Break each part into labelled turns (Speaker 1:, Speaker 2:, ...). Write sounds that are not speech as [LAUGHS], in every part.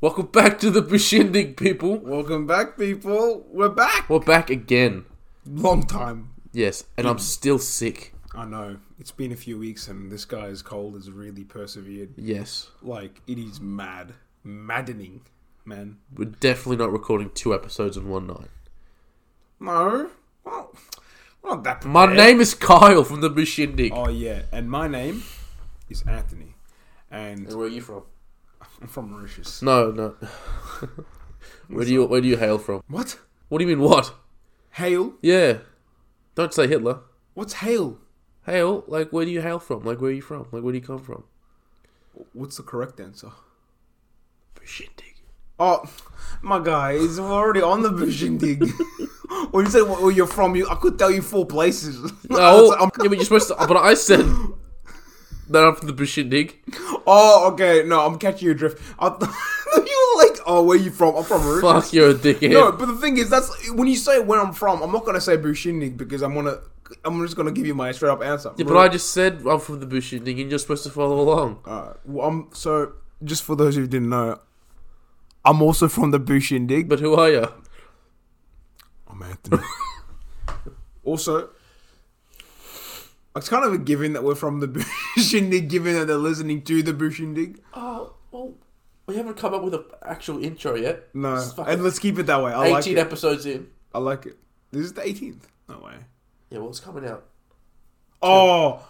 Speaker 1: Welcome back to the Beshindig, people.
Speaker 2: Welcome back, people. We're back.
Speaker 1: We're back again.
Speaker 2: Long time.
Speaker 1: Yes, and I'm still sick.
Speaker 2: I know. It's been a few weeks, and this guy's cold has really persevered.
Speaker 1: Yes,
Speaker 2: Like it is mad, maddening, man.
Speaker 1: we're definitely not recording two episodes in one night.
Speaker 2: No, well, we're not that. Prepared.
Speaker 1: My name is Kyle from the Beshindig.
Speaker 2: Oh yeah, and my name is Anthony, and
Speaker 1: Oh, where are you from?
Speaker 2: I'm from Mauritius.
Speaker 1: No, [LAUGHS] no. where do you Where do you hail from?
Speaker 2: What?
Speaker 1: What do you mean? What?
Speaker 2: Hail?
Speaker 1: Yeah, don't say Hitler.
Speaker 2: What's hail?
Speaker 1: Hail, like where do you hail from? Like where are you from? Like where do you come from?
Speaker 2: What's the correct answer?
Speaker 1: Beshindig.
Speaker 2: Oh, my guy, he's already on the Bushindig. [LAUGHS] when you said where you're from, you I could tell you four places. [LAUGHS] I was
Speaker 1: Oh,
Speaker 2: like, I'm-
Speaker 1: yeah, but you're supposed to. But I said [LAUGHS] that I'm from the Beshindig. [LAUGHS]
Speaker 2: Oh, okay. No, I'm catching your drift. I th- [LAUGHS] you were like, oh, where you from? I'm from Mauritius.
Speaker 1: Fuck, you're a dickhead.
Speaker 2: No, but the thing is, that's when you say where I'm from. I'm not gonna say Bushindig because I'm gonna. I'm just gonna give you my straight up answer.
Speaker 1: Yeah, but I just said I'm from the Bushindig and you're supposed to follow along.
Speaker 2: Uh, well, I'm so just for those who didn't know, I'm also from the Bushindig.
Speaker 1: But who are you?
Speaker 2: I'm Anthony. [LAUGHS] also, it's kind of a given that we're from the [LAUGHS] Bushindig, given that they're listening to the Bushindig.
Speaker 1: Oh, well, we haven't come up with an actual intro yet.
Speaker 2: No, and let's keep it that way. I like it.
Speaker 1: episodes in.
Speaker 2: I like it. This is the 18th. No way.
Speaker 1: Yeah, what's coming out?
Speaker 2: Oh,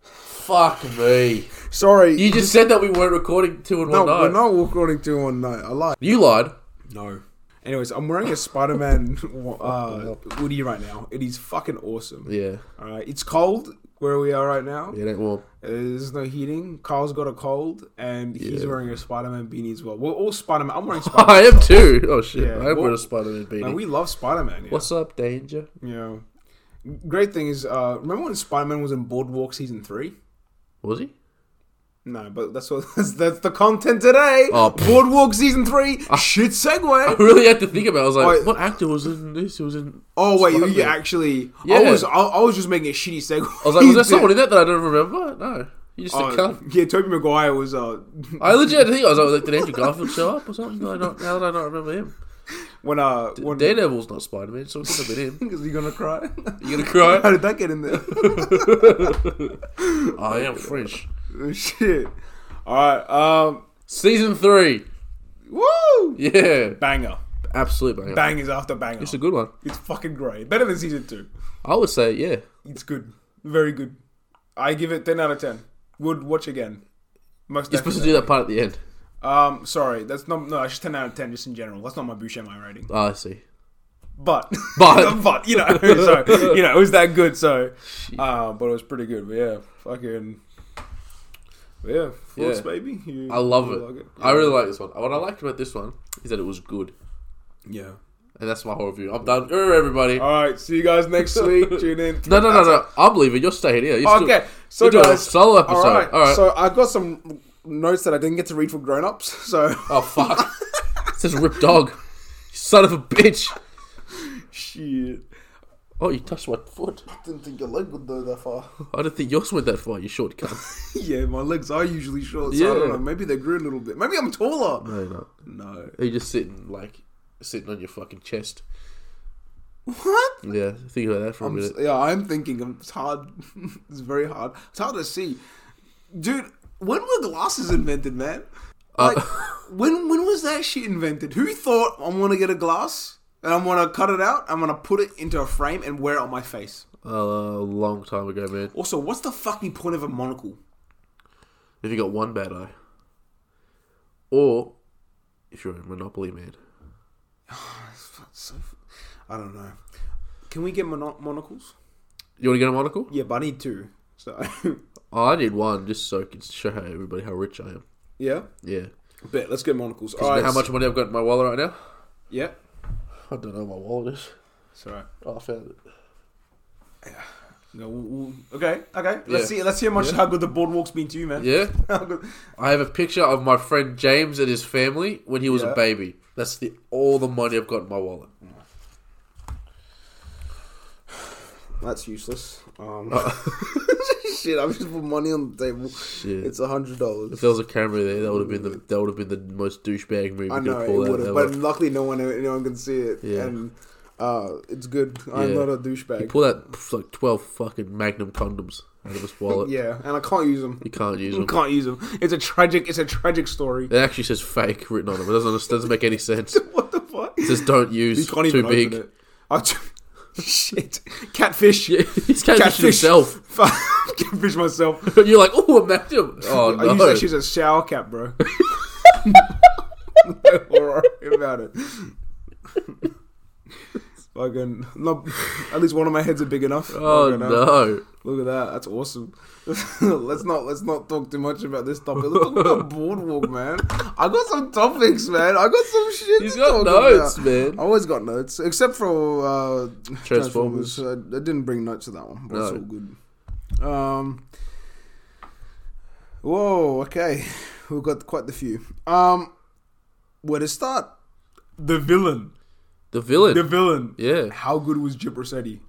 Speaker 1: Fuck me.
Speaker 2: sorry.
Speaker 1: You just said that we weren't recording two in
Speaker 2: no,
Speaker 1: one night.
Speaker 2: we're not recording two in one night. I lied.
Speaker 1: You lied.
Speaker 2: No. Anyways, I'm wearing
Speaker 1: [LAUGHS]
Speaker 2: a Spider-Man uh, hoodie right now. It is fucking awesome.
Speaker 1: Yeah.
Speaker 2: All right, it's cold where we are right now.
Speaker 1: Yeah, ain't warm.
Speaker 2: Uh, There's no heating. Carl's got a cold, and he's
Speaker 1: Yeah.
Speaker 2: wearing a Spider-Man beanie as well. We're all Spider-Man. I'm
Speaker 1: [LAUGHS]
Speaker 2: wearing Spider-Man.
Speaker 1: [LAUGHS] I am too. Oh shit.
Speaker 2: Yeah,
Speaker 1: I hope we're
Speaker 2: well-
Speaker 1: a Spider Man beanie.
Speaker 2: Like, we love Spider-Man. Yeah.
Speaker 1: What's up, danger?
Speaker 2: yeah. Great thing is, uh, remember when Spider-Man was in Boardwalk season three?
Speaker 1: Was he?
Speaker 2: No, but that's what [LAUGHS] that's, that's the content today.
Speaker 1: Oh, pfft. Ah.
Speaker 2: Boardwalk season three. Shit
Speaker 1: [LAUGHS]
Speaker 2: segue.
Speaker 1: [LAUGHS] I really had to think about it. I was like,
Speaker 2: Wait.
Speaker 1: what actor was in this? It was in
Speaker 2: Oh wait, you, you
Speaker 1: Spider-Man.
Speaker 2: actually? I
Speaker 1: Yeah.
Speaker 2: was I, I was just making a shitty segue. Oh,
Speaker 1: I was [LAUGHS] like, was
Speaker 2: [LAUGHS]
Speaker 1: there someone in that that I don't remember? No. You just a cunt.
Speaker 2: yeah, Toby Maguire was. Uh, [LAUGHS]
Speaker 1: I legit had to think I was like, did Andrew Garfield show up or something? Did I not, how did I not remember him?
Speaker 2: when uh, when [LAUGHS]
Speaker 1: Daredevil's not Spider Man, so it could have been him.
Speaker 2: is he gonna cry?
Speaker 1: You gonna
Speaker 2: [LAUGHS] How
Speaker 1: cry?
Speaker 2: did that get in there? [LAUGHS]
Speaker 1: I am French.
Speaker 2: Oh, Shit. All right. Um.
Speaker 1: Season three.
Speaker 2: Woo.
Speaker 1: Yeah,
Speaker 2: Banger.
Speaker 1: absolute banger.
Speaker 2: Bangers after banger.
Speaker 1: It's a good one.
Speaker 2: It's fucking great. Better than season two.
Speaker 1: I would say, yeah.
Speaker 2: It's good. Very good. I give it ten out of ten. Would watch again. Most
Speaker 1: You're supposed to do that part at the end.
Speaker 2: Um, sorry, that's not no. That's just ten out of ten, just in general. That's not my Buscemi rating.
Speaker 1: Ah, I see.
Speaker 2: But
Speaker 1: [LAUGHS] But-
Speaker 2: [LAUGHS] but you know, so you know, it was that good. So, uh, but it was pretty good. But yeah, fucking yeah, Force
Speaker 1: Yeah.
Speaker 2: baby. You,
Speaker 1: I love
Speaker 2: you
Speaker 1: it.
Speaker 2: like
Speaker 1: I really like this one. What I liked about this one is that it was good.
Speaker 2: Yeah.
Speaker 1: And that's my whole review. I'm done. Er, everybody.
Speaker 2: All right. See you
Speaker 1: [LAUGHS]
Speaker 2: guys next week. Tune in.
Speaker 1: No, no, no, no. I'm leaving. You're staying here. You're still-
Speaker 2: Okay. So
Speaker 1: you're doing a
Speaker 2: guys,
Speaker 1: solo episode. All right.
Speaker 2: So I got some notes that I didn't get to read for grown-ups. [LAUGHS] So
Speaker 1: Oh,
Speaker 2: [LAUGHS]
Speaker 1: fuck. it says Rip Dog. You son of a bitch.
Speaker 2: shit.
Speaker 1: Oh, you touched my foot.
Speaker 2: Didn't think your leg would go that far.
Speaker 1: I don't think yours went that far, you short cunt.
Speaker 2: [LAUGHS] Yeah, my legs are usually short, so I
Speaker 1: Yeah.
Speaker 2: don't know. Maybe they grew a little bit. Maybe I'm taller.
Speaker 1: [LAUGHS] no, no.
Speaker 2: No.
Speaker 1: You're just sitting, like, sitting on your fucking chest.
Speaker 2: What?
Speaker 1: Yeah, think about that for a
Speaker 2: I'm, s-
Speaker 1: minute.
Speaker 2: yeah, I'm thinking. um, It's hard. [LAUGHS] it's very hard. It's hard to see. Dude, when were glasses invented, man?
Speaker 1: Uh,
Speaker 2: Like, when when was that shit invented? Who thought I'm gonna get a glass and I'm gonna cut it out? I'm gonna put it into a frame and wear it on my face.
Speaker 1: Oh, a long time ago, man.
Speaker 2: Also, what's the fucking point of a monocle?
Speaker 1: If you got one bad eye. Or if you're a Monopoly man.
Speaker 2: That's so f- I don't know. Can we get mono- monocles?
Speaker 1: You want to get a monocle?
Speaker 2: Yeah, but I need two. So [LAUGHS]
Speaker 1: Oh, I need one just so I can show how- everybody how rich I am.
Speaker 2: yeah,
Speaker 1: Yeah.
Speaker 2: bet. Let's get monocles.
Speaker 1: You
Speaker 2: All
Speaker 1: know
Speaker 2: right.
Speaker 1: how much money I've got in my wallet right now?
Speaker 2: Yeah.
Speaker 1: I don't know where my wallet is.
Speaker 2: It's alright.
Speaker 1: Oh, I found it.
Speaker 2: No, we'll- we'll- okay, okay. Let's
Speaker 1: Yeah.
Speaker 2: see. Let's see how much how good the boardwalk's been to you, man. [LAUGHS]
Speaker 1: Yeah?
Speaker 2: How good-
Speaker 1: I have a picture of my friend James and his family when he was
Speaker 2: Yeah.
Speaker 1: a baby. That's the all the money I've got in my wallet.
Speaker 2: That's useless. Um, [LAUGHS] Shit, I'm just put money on the table.
Speaker 1: Oh. Shit.
Speaker 2: It's a hundred
Speaker 1: If
Speaker 2: dollars.
Speaker 1: there was a camera there, that would have been the that would have been the most douchebag move
Speaker 2: I
Speaker 1: you
Speaker 2: know
Speaker 1: could
Speaker 2: it
Speaker 1: pull out.
Speaker 2: would
Speaker 1: That
Speaker 2: have,
Speaker 1: one.
Speaker 2: but luckily no one no one can see it,
Speaker 1: Yeah.
Speaker 2: and uh, it's good. I'm
Speaker 1: Yeah.
Speaker 2: not a
Speaker 1: You
Speaker 2: douchebag.
Speaker 1: pull out pff, like twelve fucking Magnum condoms out of his wallet.
Speaker 2: [LAUGHS] Yeah, and I can't use them.
Speaker 1: You can't use
Speaker 2: [LAUGHS]
Speaker 1: them.
Speaker 2: Can't use them. It's a tragic. It's a tragic story.
Speaker 1: It actually says fake written on them. It doesn't doesn't make any sense. It
Speaker 2: [LAUGHS] What the fuck?
Speaker 1: says don't
Speaker 2: [LAUGHS] You
Speaker 1: use.
Speaker 2: can't
Speaker 1: Too
Speaker 2: even
Speaker 1: big.
Speaker 2: open it. I [LAUGHS] t- Shit,
Speaker 1: [LAUGHS]
Speaker 2: catfish.
Speaker 1: Yeah, he's catfishing
Speaker 2: Catfish.
Speaker 1: himself.
Speaker 2: Fuck, [LAUGHS] catfish
Speaker 1: [LAUGHS]
Speaker 2: myself.
Speaker 1: You're like, oh, imagine. Oh
Speaker 2: [LAUGHS] I use that
Speaker 1: no.
Speaker 2: shit as a shower
Speaker 1: [LAUGHS]
Speaker 2: cap, bro. [LAUGHS] no horror about it. [LAUGHS] Fucking, not, at least one of my heads are big enough.
Speaker 1: Oh
Speaker 2: Fucking hell.
Speaker 1: no.
Speaker 2: Look at that. That's awesome. [LAUGHS] let's not let's not talk too much about this topic. Let's
Speaker 1: [LAUGHS]
Speaker 2: talk about boardwalk, man. I got some topics, man. I got some shit.
Speaker 1: He's
Speaker 2: to
Speaker 1: got
Speaker 2: talk
Speaker 1: notes,
Speaker 2: about.
Speaker 1: man.
Speaker 2: I always got notes, except for uh,
Speaker 1: Transformers.
Speaker 2: I, I didn't bring notes to that one, but it's
Speaker 1: No.
Speaker 2: all good. Um. Whoa. Okay, we've got quite the few. Um, where to start? The villain.
Speaker 1: The villain.
Speaker 2: villain.
Speaker 1: yeah.
Speaker 2: How good was Jip Rossetti?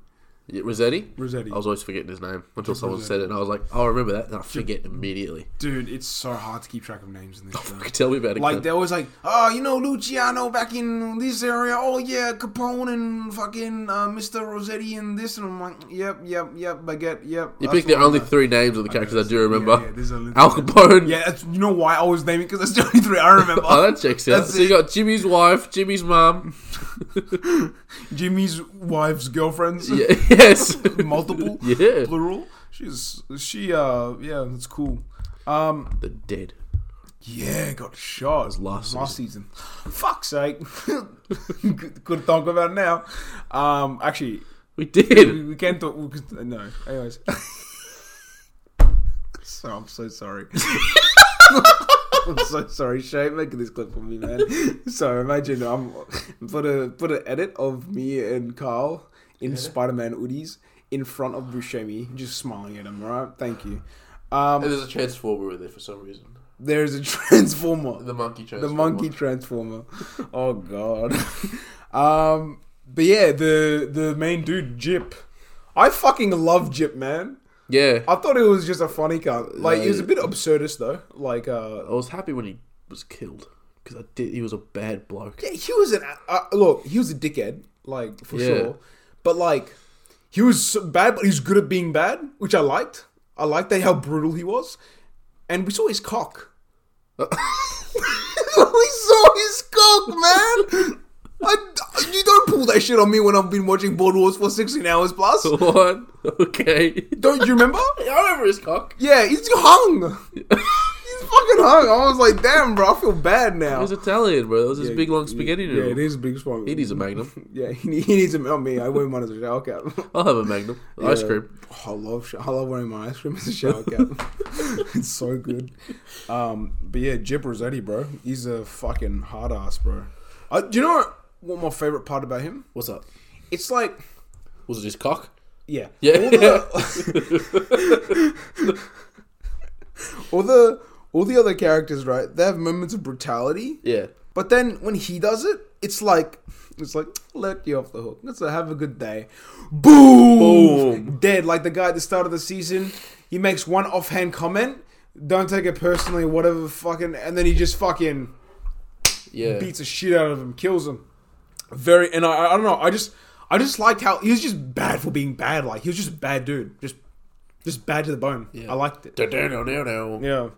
Speaker 1: Yeah, Rossetti?
Speaker 2: Rossetti.
Speaker 1: I was always forgetting his name until someone said it, and I was like, oh, I remember that. And I forget immediately. [LAUGHS]
Speaker 2: Dude, it's so hard to keep track of names
Speaker 1: Oh,
Speaker 2: in this. show.
Speaker 1: Tell me about it.
Speaker 2: Like
Speaker 1: cunt.
Speaker 2: they always like, oh, you know Luciano back in this area. Oh yeah, Capone and fucking uh, Mr. Rossetti and this, and I'm like, yep, yep, yep, baguette, yep.
Speaker 1: you picked the only three names of the characters I do remember.
Speaker 2: Yeah, there's only
Speaker 1: Al Capone.
Speaker 2: yeah that's, you know why I was naming because that's the only three I remember.
Speaker 1: [LAUGHS] Oh, that checks out.
Speaker 2: That's
Speaker 1: So you
Speaker 2: it.
Speaker 1: got Jimmy's wife, Jimmy's
Speaker 2: [LAUGHS]
Speaker 1: mum. [LAUGHS]
Speaker 2: Jimmy's wife's girlfriends,
Speaker 1: Yeah, yes.
Speaker 2: [LAUGHS]
Speaker 1: [LAUGHS]
Speaker 2: multiple,
Speaker 1: Yeah.
Speaker 2: plural. She's she, uh, yeah, that's cool. Um,
Speaker 1: the dead.
Speaker 2: yeah, got shot
Speaker 1: last
Speaker 2: season. Fuck's sake, [LAUGHS] could, could talk about it now. Um, actually,
Speaker 1: We did.
Speaker 2: [LAUGHS] we, we can't talk. We, could- no. Anyways. so I'm so sorry. I'm so sorry, Shay. Making this clip for me, man. So imagine I'm put a put an edit of me and Carl in Spider-Man hoodies in front of Buscemi, just smiling at him. all Right? Thank you. Um,
Speaker 1: there's a transformer in there for some reason.
Speaker 2: there's a [LAUGHS] transformer.
Speaker 1: The monkey
Speaker 2: The
Speaker 1: transformer.
Speaker 2: monkey transformer. [LAUGHS] Oh god. [LAUGHS] um but yeah, the the main dude Jip. I fucking love Jip, man.
Speaker 1: Yeah.
Speaker 2: I thought it was just a funny cunt. Like it was a
Speaker 1: Yeah.
Speaker 2: bit absurdist though. Like uh
Speaker 1: I was happy when he was killed because I did. He was a bad bloke.
Speaker 2: yeah, he was an uh, look, he was a dickhead, like for
Speaker 1: Yeah.
Speaker 2: sure. But like he was so bad, but he was good at being bad, which I liked. I liked that how brutal he was. And we saw his cock. [LAUGHS] we saw his cock, man. [LAUGHS] I, you don't pull that shit on me when I've been watching Board Wars for 16 hours plus.
Speaker 1: [LAUGHS] What? [LAUGHS] Okay.
Speaker 2: Don't you [LAUGHS] remember?
Speaker 1: I remember his cock.
Speaker 2: Yeah, he's hung. he's fucking hung. I was like, damn, bro, I feel bad now.
Speaker 1: It was Italian, bro. That was his big long spaghetti
Speaker 2: Yeah,
Speaker 1: noodle.
Speaker 2: it is a big spot.
Speaker 1: he needs a magnum.
Speaker 2: [LAUGHS] Yeah, he, need- he needs a Not me. I wear mine as a shower cap.
Speaker 1: I'll have a magnum. [LAUGHS] Ice cream.
Speaker 2: Oh, I love sh- I love wearing my ice cream as a shower cap.
Speaker 1: [LAUGHS]
Speaker 2: [LAUGHS] it's so good. Um, but yeah, Jip Rossetti, bro. He's a fucking hard ass, bro. Uh, do you know what, what my favorite part about him?
Speaker 1: What's up?
Speaker 2: It's like,
Speaker 1: Was it his cock?
Speaker 2: yeah,
Speaker 1: Yeah.
Speaker 2: All
Speaker 1: [LAUGHS]
Speaker 2: the, all the all the other characters, right? They have moments of brutality.
Speaker 1: Yeah.
Speaker 2: But then when he does it, it's like it's like let you off the hook. Let's have a good day. Boom!
Speaker 1: Boom.
Speaker 2: Dead. Like the guy at the start of the season, he makes one offhand comment. Don't take it personally, whatever fucking and then he just fucking
Speaker 1: Yeah.
Speaker 2: beats the shit out of him, kills him. Very and I I don't know, I just I just liked how he was just bad for being bad. Like he was just a bad dude. Just just bad to the bone. I liked it.
Speaker 1: Da-da-da-da-da.
Speaker 2: Yeah.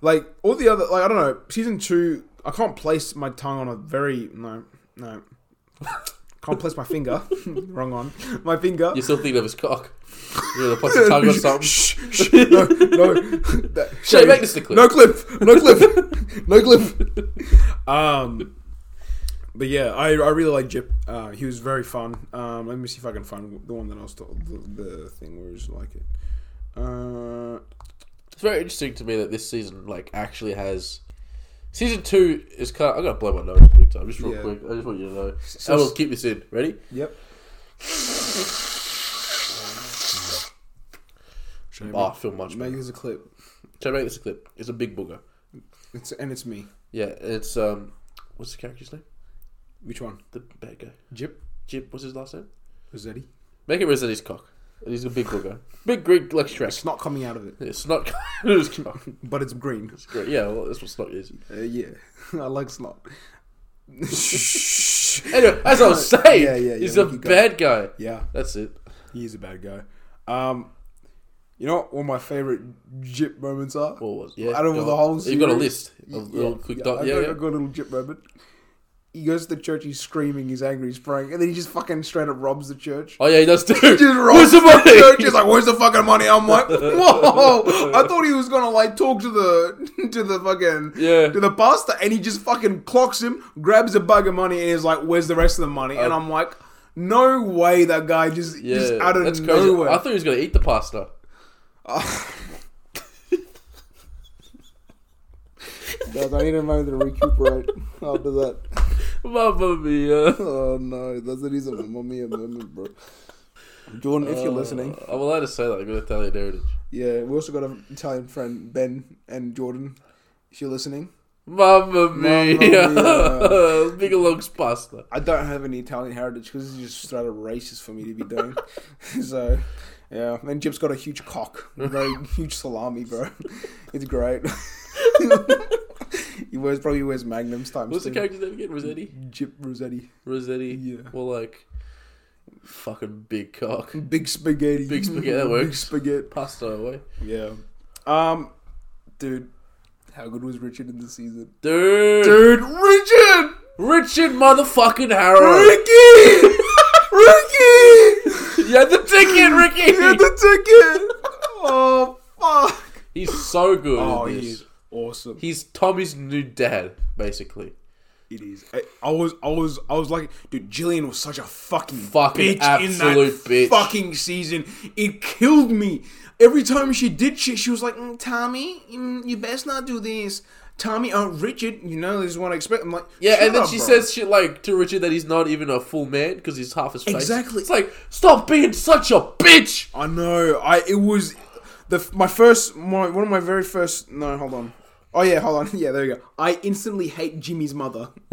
Speaker 2: Like all the other like I don't know, season two I can't place my tongue on a very no no can't place my finger. [LAUGHS] Wrong on. My finger.
Speaker 1: You're still thinking of his cock. You're gonna put your tongue on
Speaker 2: [LAUGHS]
Speaker 1: something.
Speaker 2: Shh, shh, no, no. That-
Speaker 1: Shay, make this the clip.
Speaker 2: No clip. No clip. no clip.
Speaker 1: [LAUGHS]
Speaker 2: Um, but yeah, I, I really like Jip. Uh, he was very fun. Um, let me see if I can find the one that I was told. The, the thing where he's like it. Uh,
Speaker 1: It's very interesting to me that this season, like, actually has. Season two is kind. Of, I'm gonna blow my nose big time, just real
Speaker 2: Yeah.
Speaker 1: quick. I just want you to know. I will keep this in. Ready?
Speaker 2: yep. Should I
Speaker 1: Oh, I feel much
Speaker 2: Make
Speaker 1: better.
Speaker 2: this a clip.
Speaker 1: Should I make this a clip? It's a big booger.
Speaker 2: It's and it's me.
Speaker 1: Yeah, it's um, what's the character's name?
Speaker 2: Which one?
Speaker 1: The bad guy.
Speaker 2: Jip?
Speaker 1: Jip. What's his last name?
Speaker 2: Rossetti?
Speaker 1: Make it Rossetti's cock. He's a big looker. Big Greek like Shrek.
Speaker 2: It's not coming out of it,
Speaker 1: It's not. [LAUGHS] it's not-
Speaker 2: but it's green.
Speaker 1: it's great. Yeah, well, that's what snot is.
Speaker 2: Uh, yeah, [LAUGHS] I like snot. [LAUGHS]
Speaker 1: Anyway, as I was saying,
Speaker 2: Yeah, yeah, yeah,
Speaker 1: he's
Speaker 2: we
Speaker 1: a
Speaker 2: keep
Speaker 1: bad guy.
Speaker 2: yeah,
Speaker 1: That's it.
Speaker 2: he is a bad guy. Um, you know what? One of my favorite jip moments are.
Speaker 1: What was? Yeah,
Speaker 2: I don't know
Speaker 1: go
Speaker 2: the
Speaker 1: on.
Speaker 2: whole.
Speaker 1: You've got a
Speaker 2: series.
Speaker 1: list. Of
Speaker 2: Yeah,
Speaker 1: little quick
Speaker 2: yeah,
Speaker 1: dot.
Speaker 2: I
Speaker 1: Yeah,
Speaker 2: got,
Speaker 1: yeah.
Speaker 2: I got a little jip moment. He goes to the church. He's screaming. He's angry. He's praying, and then he just fucking straight up robs the church.
Speaker 1: Oh yeah, he does too.
Speaker 2: [LAUGHS] just
Speaker 1: Where's
Speaker 2: rolls
Speaker 1: the money? [LAUGHS]
Speaker 2: church. He's like, "Where's the fucking money?" I'm like, "Whoa!"
Speaker 1: [LAUGHS]
Speaker 2: I thought he was gonna like talk to the [LAUGHS] to the fucking
Speaker 1: Yeah.
Speaker 2: to the pastor, and he just fucking clocks him, grabs a bag of money, and he's like, "Where's the rest of the money?" and I'm like, "No way, that guy just
Speaker 1: Uh, Yeah,
Speaker 2: just out of
Speaker 1: that's crazy.
Speaker 2: nowhere."
Speaker 1: I thought he was gonna eat the pasta.
Speaker 2: [LAUGHS] Guys, I need a moment to recuperate after that.
Speaker 1: Mamma mia.
Speaker 2: Oh no, that's the reason my mommy a moment, bro. Jordan,
Speaker 1: Uh,
Speaker 2: if you're listening,
Speaker 1: I'm allowed to say that. I've got Italian heritage.
Speaker 2: yeah, we also got an Italian friend, Ben and Jordan. If you're listening,
Speaker 1: Mamma mia.
Speaker 2: mia.
Speaker 1: [LAUGHS] Big long pasta.
Speaker 2: I don't have any Italian heritage because it's just straight up racist for me to be
Speaker 1: [LAUGHS]
Speaker 2: doing. [LAUGHS] so, yeah. And Jip's got a huge cock,
Speaker 1: [LAUGHS]
Speaker 2: very huge salami, bro. [LAUGHS] It's great. he wears probably wears magnums times.
Speaker 1: What's the
Speaker 2: two.
Speaker 1: character's name again? Rossetti?
Speaker 2: Jip Rossetti,
Speaker 1: Rossetti?
Speaker 2: Yeah.
Speaker 1: Well, like, fucking big
Speaker 2: [LAUGHS]
Speaker 1: cock.
Speaker 2: big spaghetti,
Speaker 1: Big spaghetti, that
Speaker 2: big
Speaker 1: works.
Speaker 2: spaghetti.
Speaker 1: Pasta away.
Speaker 2: Yeah. Um, dude, how good was Richard in the season?
Speaker 1: Dude.
Speaker 2: Dude, Richard,
Speaker 1: Richard motherfucking Harrow.
Speaker 2: Ricky, [LAUGHS]
Speaker 1: [LAUGHS]
Speaker 2: Ricky.
Speaker 1: you had the
Speaker 2: [LAUGHS]
Speaker 1: ticket, Ricky.
Speaker 2: He had the ticket. Oh fuck!
Speaker 1: [LAUGHS] He's so good.
Speaker 2: Oh,
Speaker 1: in this.
Speaker 2: he is awesome.
Speaker 1: He's Tommy's new dad, basically.
Speaker 2: It is. I, I was, I was, I was like, dude, Jillian was such a fucking
Speaker 1: Fucking
Speaker 2: bitch in
Speaker 1: absolute
Speaker 2: that
Speaker 1: bitch.
Speaker 2: fucking season. It killed me every time she did shit. She was like, mm, Tommy, mm, you best not do this. Tommy, oh Richard, you know this is what I expect. I'm like,
Speaker 1: Yeah,
Speaker 2: "Shut
Speaker 1: and then
Speaker 2: up,
Speaker 1: she
Speaker 2: bro."
Speaker 1: says shit like to Richard that he's not even a full man because he's half his face.
Speaker 2: Exactly.
Speaker 1: It's like, stop being such a bitch.
Speaker 2: I know. I it was the my first my one of my very first. No, hold on. Oh yeah, hold on. [LAUGHS] Yeah, there you go. I instantly hate Jimmy's mother. [LAUGHS]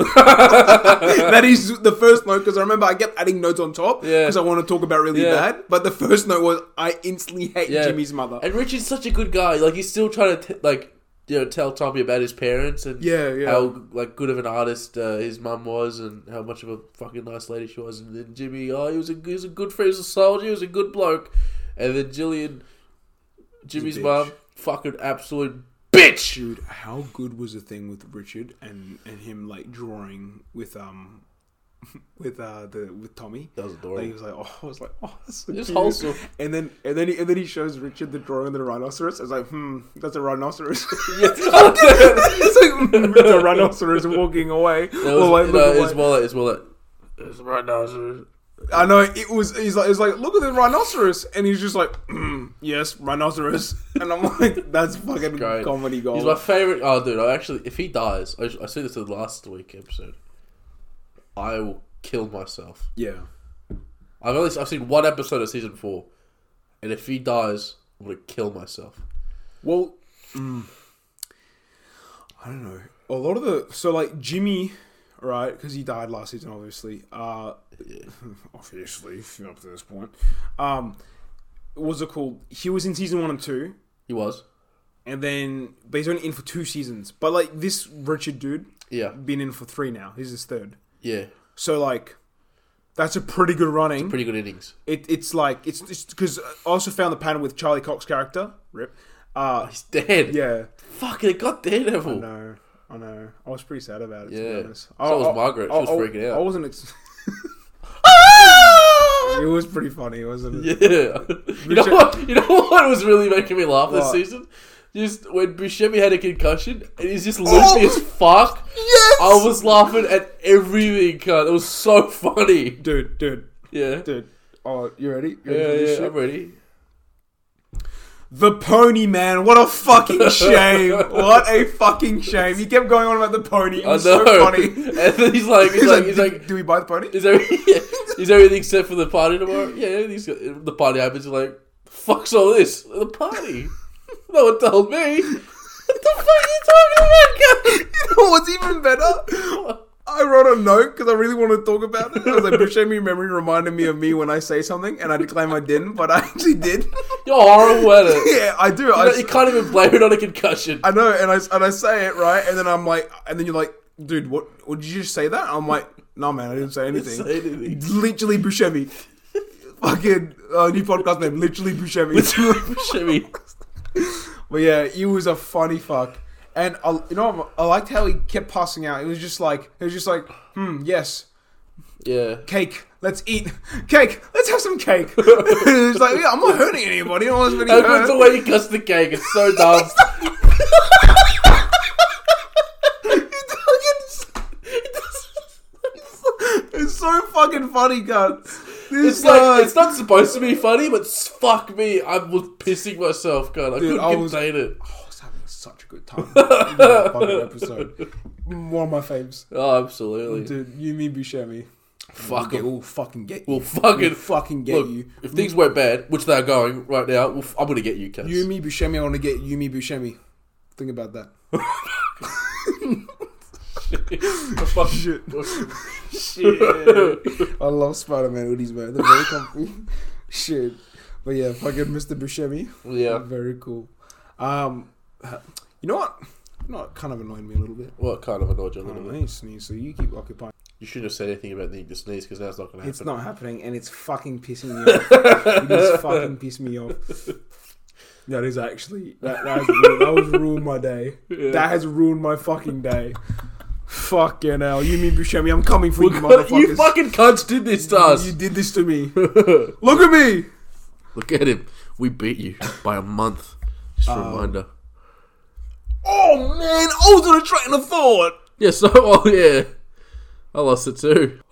Speaker 2: that is the first note because I remember I kept adding notes on top
Speaker 1: Yeah.
Speaker 2: because I want to talk about really
Speaker 1: Yeah.
Speaker 2: bad. But the first note was I instantly hate
Speaker 1: Yeah.
Speaker 2: Jimmy's mother.
Speaker 1: And Richard's such a good guy. Like he's still trying to t- like you know tell Tommy about his parents and
Speaker 2: Yeah, yeah.
Speaker 1: how like good of an artist uh, his mum was and how much of a fucking nice lady she was. And then Jimmy, oh, he was a he was a good friend, he was a soldier, he was a good bloke. And then Jillian, Jimmy's
Speaker 2: bitch.
Speaker 1: mum, fucking absolute
Speaker 2: [LAUGHS]
Speaker 1: bitch.
Speaker 2: Dude, how good was the thing with Richard and and him like drawing with um [LAUGHS] with uh the with Tommy?
Speaker 1: That was adorable.
Speaker 2: Like, he was like, oh, I was like, oh, that's so
Speaker 1: It's
Speaker 2: cute.
Speaker 1: wholesome.
Speaker 2: And then and then he, and then he shows Richard the drawing of the rhinoceros. I was like, hmm, that's
Speaker 1: [LAUGHS]
Speaker 2: a rhinoceros. [LAUGHS] it's like mm, it's a rhinoceros walking away.
Speaker 1: It was,
Speaker 2: Or, like,
Speaker 1: no,
Speaker 2: look
Speaker 1: it's
Speaker 2: away.
Speaker 1: well, it's well, it's right now. it's-
Speaker 2: I know it was. He's like, he's like, look at the rhinoceros, and he's just like, mm, yes, rhinoceros. [LAUGHS] And I'm like, that's fucking
Speaker 1: Great.
Speaker 2: comedy gold.
Speaker 1: He's my favorite. Oh, dude! I actually, if he dies, I, I said this in the last week episode. I will kill myself.
Speaker 2: yeah.
Speaker 1: I've only I've seen one episode of season four, and if he dies, I'm gonna kill myself.
Speaker 2: Well, mm, I don't know. A lot of the so like Jimmy, right? Because he died last season, obviously. Uh, [LAUGHS] obviously up to this point. Um, what was it called? He was in season one and two,
Speaker 1: He was,
Speaker 2: and then but he's only in for two seasons. But like this Richard dude,
Speaker 1: yeah,
Speaker 2: been in for three now. He's his third.
Speaker 1: yeah,
Speaker 2: So like. That's a pretty good running.
Speaker 1: pretty good innings.
Speaker 2: it, it's like it's because I also found the pattern with Charlie Cox character. Rip. Uh,
Speaker 1: He's dead.
Speaker 2: yeah.
Speaker 1: fucking it got Daredevil.
Speaker 2: know, I know. I was pretty sad about it.
Speaker 1: Yeah.
Speaker 2: to be honest.
Speaker 1: So was Margaret. She was freaking out.
Speaker 2: I wasn't. Ex- [LAUGHS] it was pretty funny, wasn't it?
Speaker 1: Ah! [LAUGHS] Yeah. You know what? You know what was really making me laugh this
Speaker 2: What?
Speaker 1: season? Just when Buscemi had a concussion and he's just loopy
Speaker 2: Oh!
Speaker 1: as fuck.
Speaker 2: Yes!
Speaker 1: I was laughing at everything, cunt. It was so funny.
Speaker 2: Dude, dude,
Speaker 1: Yeah.
Speaker 2: dude. Oh, you ready? You
Speaker 1: Yeah,
Speaker 2: ready for this
Speaker 1: yeah,
Speaker 2: shit?
Speaker 1: I'm ready.
Speaker 2: The pony man. What
Speaker 1: [LAUGHS]
Speaker 2: a fucking shame. what a fucking shame. He kept going on about the pony. It
Speaker 1: I know.
Speaker 2: was so
Speaker 1: [LAUGHS]
Speaker 2: funny.
Speaker 1: And then he's like, he's, like,
Speaker 2: He's like,
Speaker 1: he's
Speaker 2: "Do-
Speaker 1: like,
Speaker 2: do we buy the pony?
Speaker 1: is, [LAUGHS] every, is everything set for the party tomorrow? Yeah, everything's good. The party happens. You're like, fuck's all this? The
Speaker 2: [LAUGHS]
Speaker 1: party? no one told me. What the fuck are you talking about,
Speaker 2: [LAUGHS] You know what's even better?
Speaker 1: cunt?
Speaker 2: I I wrote a note because I really wanted to talk about it. I
Speaker 1: [LAUGHS]
Speaker 2: was like, Bruce showed me memory reminded me of me when I say something, and I declaim I didn't, but I actually did. [LAUGHS]
Speaker 1: You're horrible at it.
Speaker 2: yeah, I do.
Speaker 1: You
Speaker 2: I,
Speaker 1: know, you can't even blame it on a concussion.
Speaker 2: I know, and I and I say it right, and then I'm like, and then you're like, dude, what? what did you just say that? I'm like, no, man, I didn't say anything.
Speaker 1: say anything. [LAUGHS]
Speaker 2: Literally, Buscemi. Fucking uh, new podcast name, literally Buscemi.
Speaker 1: Shimmy.
Speaker 2: but yeah, he was a funny fuck, and I, you know, I liked how he kept passing out. It was just like, it was just like, hmm, yes,
Speaker 1: Yeah.
Speaker 2: cake. Let's eat [LAUGHS] cake. Let's have some cake. [LAUGHS] it's like yeah, I'm not hurting anybody. I'm not
Speaker 1: I love the
Speaker 2: hurt.
Speaker 1: way he cuts the cake. It's so
Speaker 2: [LAUGHS]
Speaker 1: dumb.
Speaker 2: It's so fucking funny, God. This
Speaker 1: It's like
Speaker 2: uh,
Speaker 1: it's not supposed to be funny, but s- fuck me, I was pissing myself, God. I couldn't
Speaker 2: I was-
Speaker 1: contain it.
Speaker 2: I was having such a good time. in that fucking episode. One of my faves.
Speaker 1: Oh, absolutely.
Speaker 2: Dude, you mean Buscemi.
Speaker 1: Fuck
Speaker 2: We'll, get,
Speaker 1: 'em.
Speaker 2: we'll fucking get you.
Speaker 1: We'll fucking
Speaker 2: We'll fucking get
Speaker 1: look.
Speaker 2: you.
Speaker 1: If things went bad, which they are going right now, well, f- I'm gonna get you, cuz.
Speaker 2: Yumi Buscemi, I want to get Yumi Buscemi. Think about that. [LAUGHS]
Speaker 1: Oh, fuck.
Speaker 2: Shit.
Speaker 1: Shit.
Speaker 2: [LAUGHS] I love Spider Man hoodies, man. They're very comfy. [LAUGHS] Shit. But yeah, fucking Mr. Buscemi.
Speaker 1: [LAUGHS] yeah.
Speaker 2: Very cool. Um, You know what? You know what kind of annoyed me a little bit?
Speaker 1: Well, it kind of annoyed you a
Speaker 2: I
Speaker 1: little bit.
Speaker 2: need to sneeze, so you keep occupying.
Speaker 1: You shouldn't have said anything about needing to sneeze because that's not gonna happen.
Speaker 2: It's not happening, and it's fucking pissing me off.
Speaker 1: [LAUGHS]
Speaker 2: it is fucking pissed me off. That is actually that that, has ruined, that was ruined my day.
Speaker 1: Yeah.
Speaker 2: That has ruined my fucking day. Fucking hell, you mean Buscemi? I'm coming for you,
Speaker 1: But [LAUGHS]
Speaker 2: motherfuckers.
Speaker 1: you fucking cunts did this to us.
Speaker 2: You did this to me. Look at me.
Speaker 1: Look at him. We beat you by a month. Just a reminder.
Speaker 2: Um, Oh man, I was on a train of thought.
Speaker 1: Yeah, so, [LAUGHS] oh yeah. I lost it too. [LAUGHS]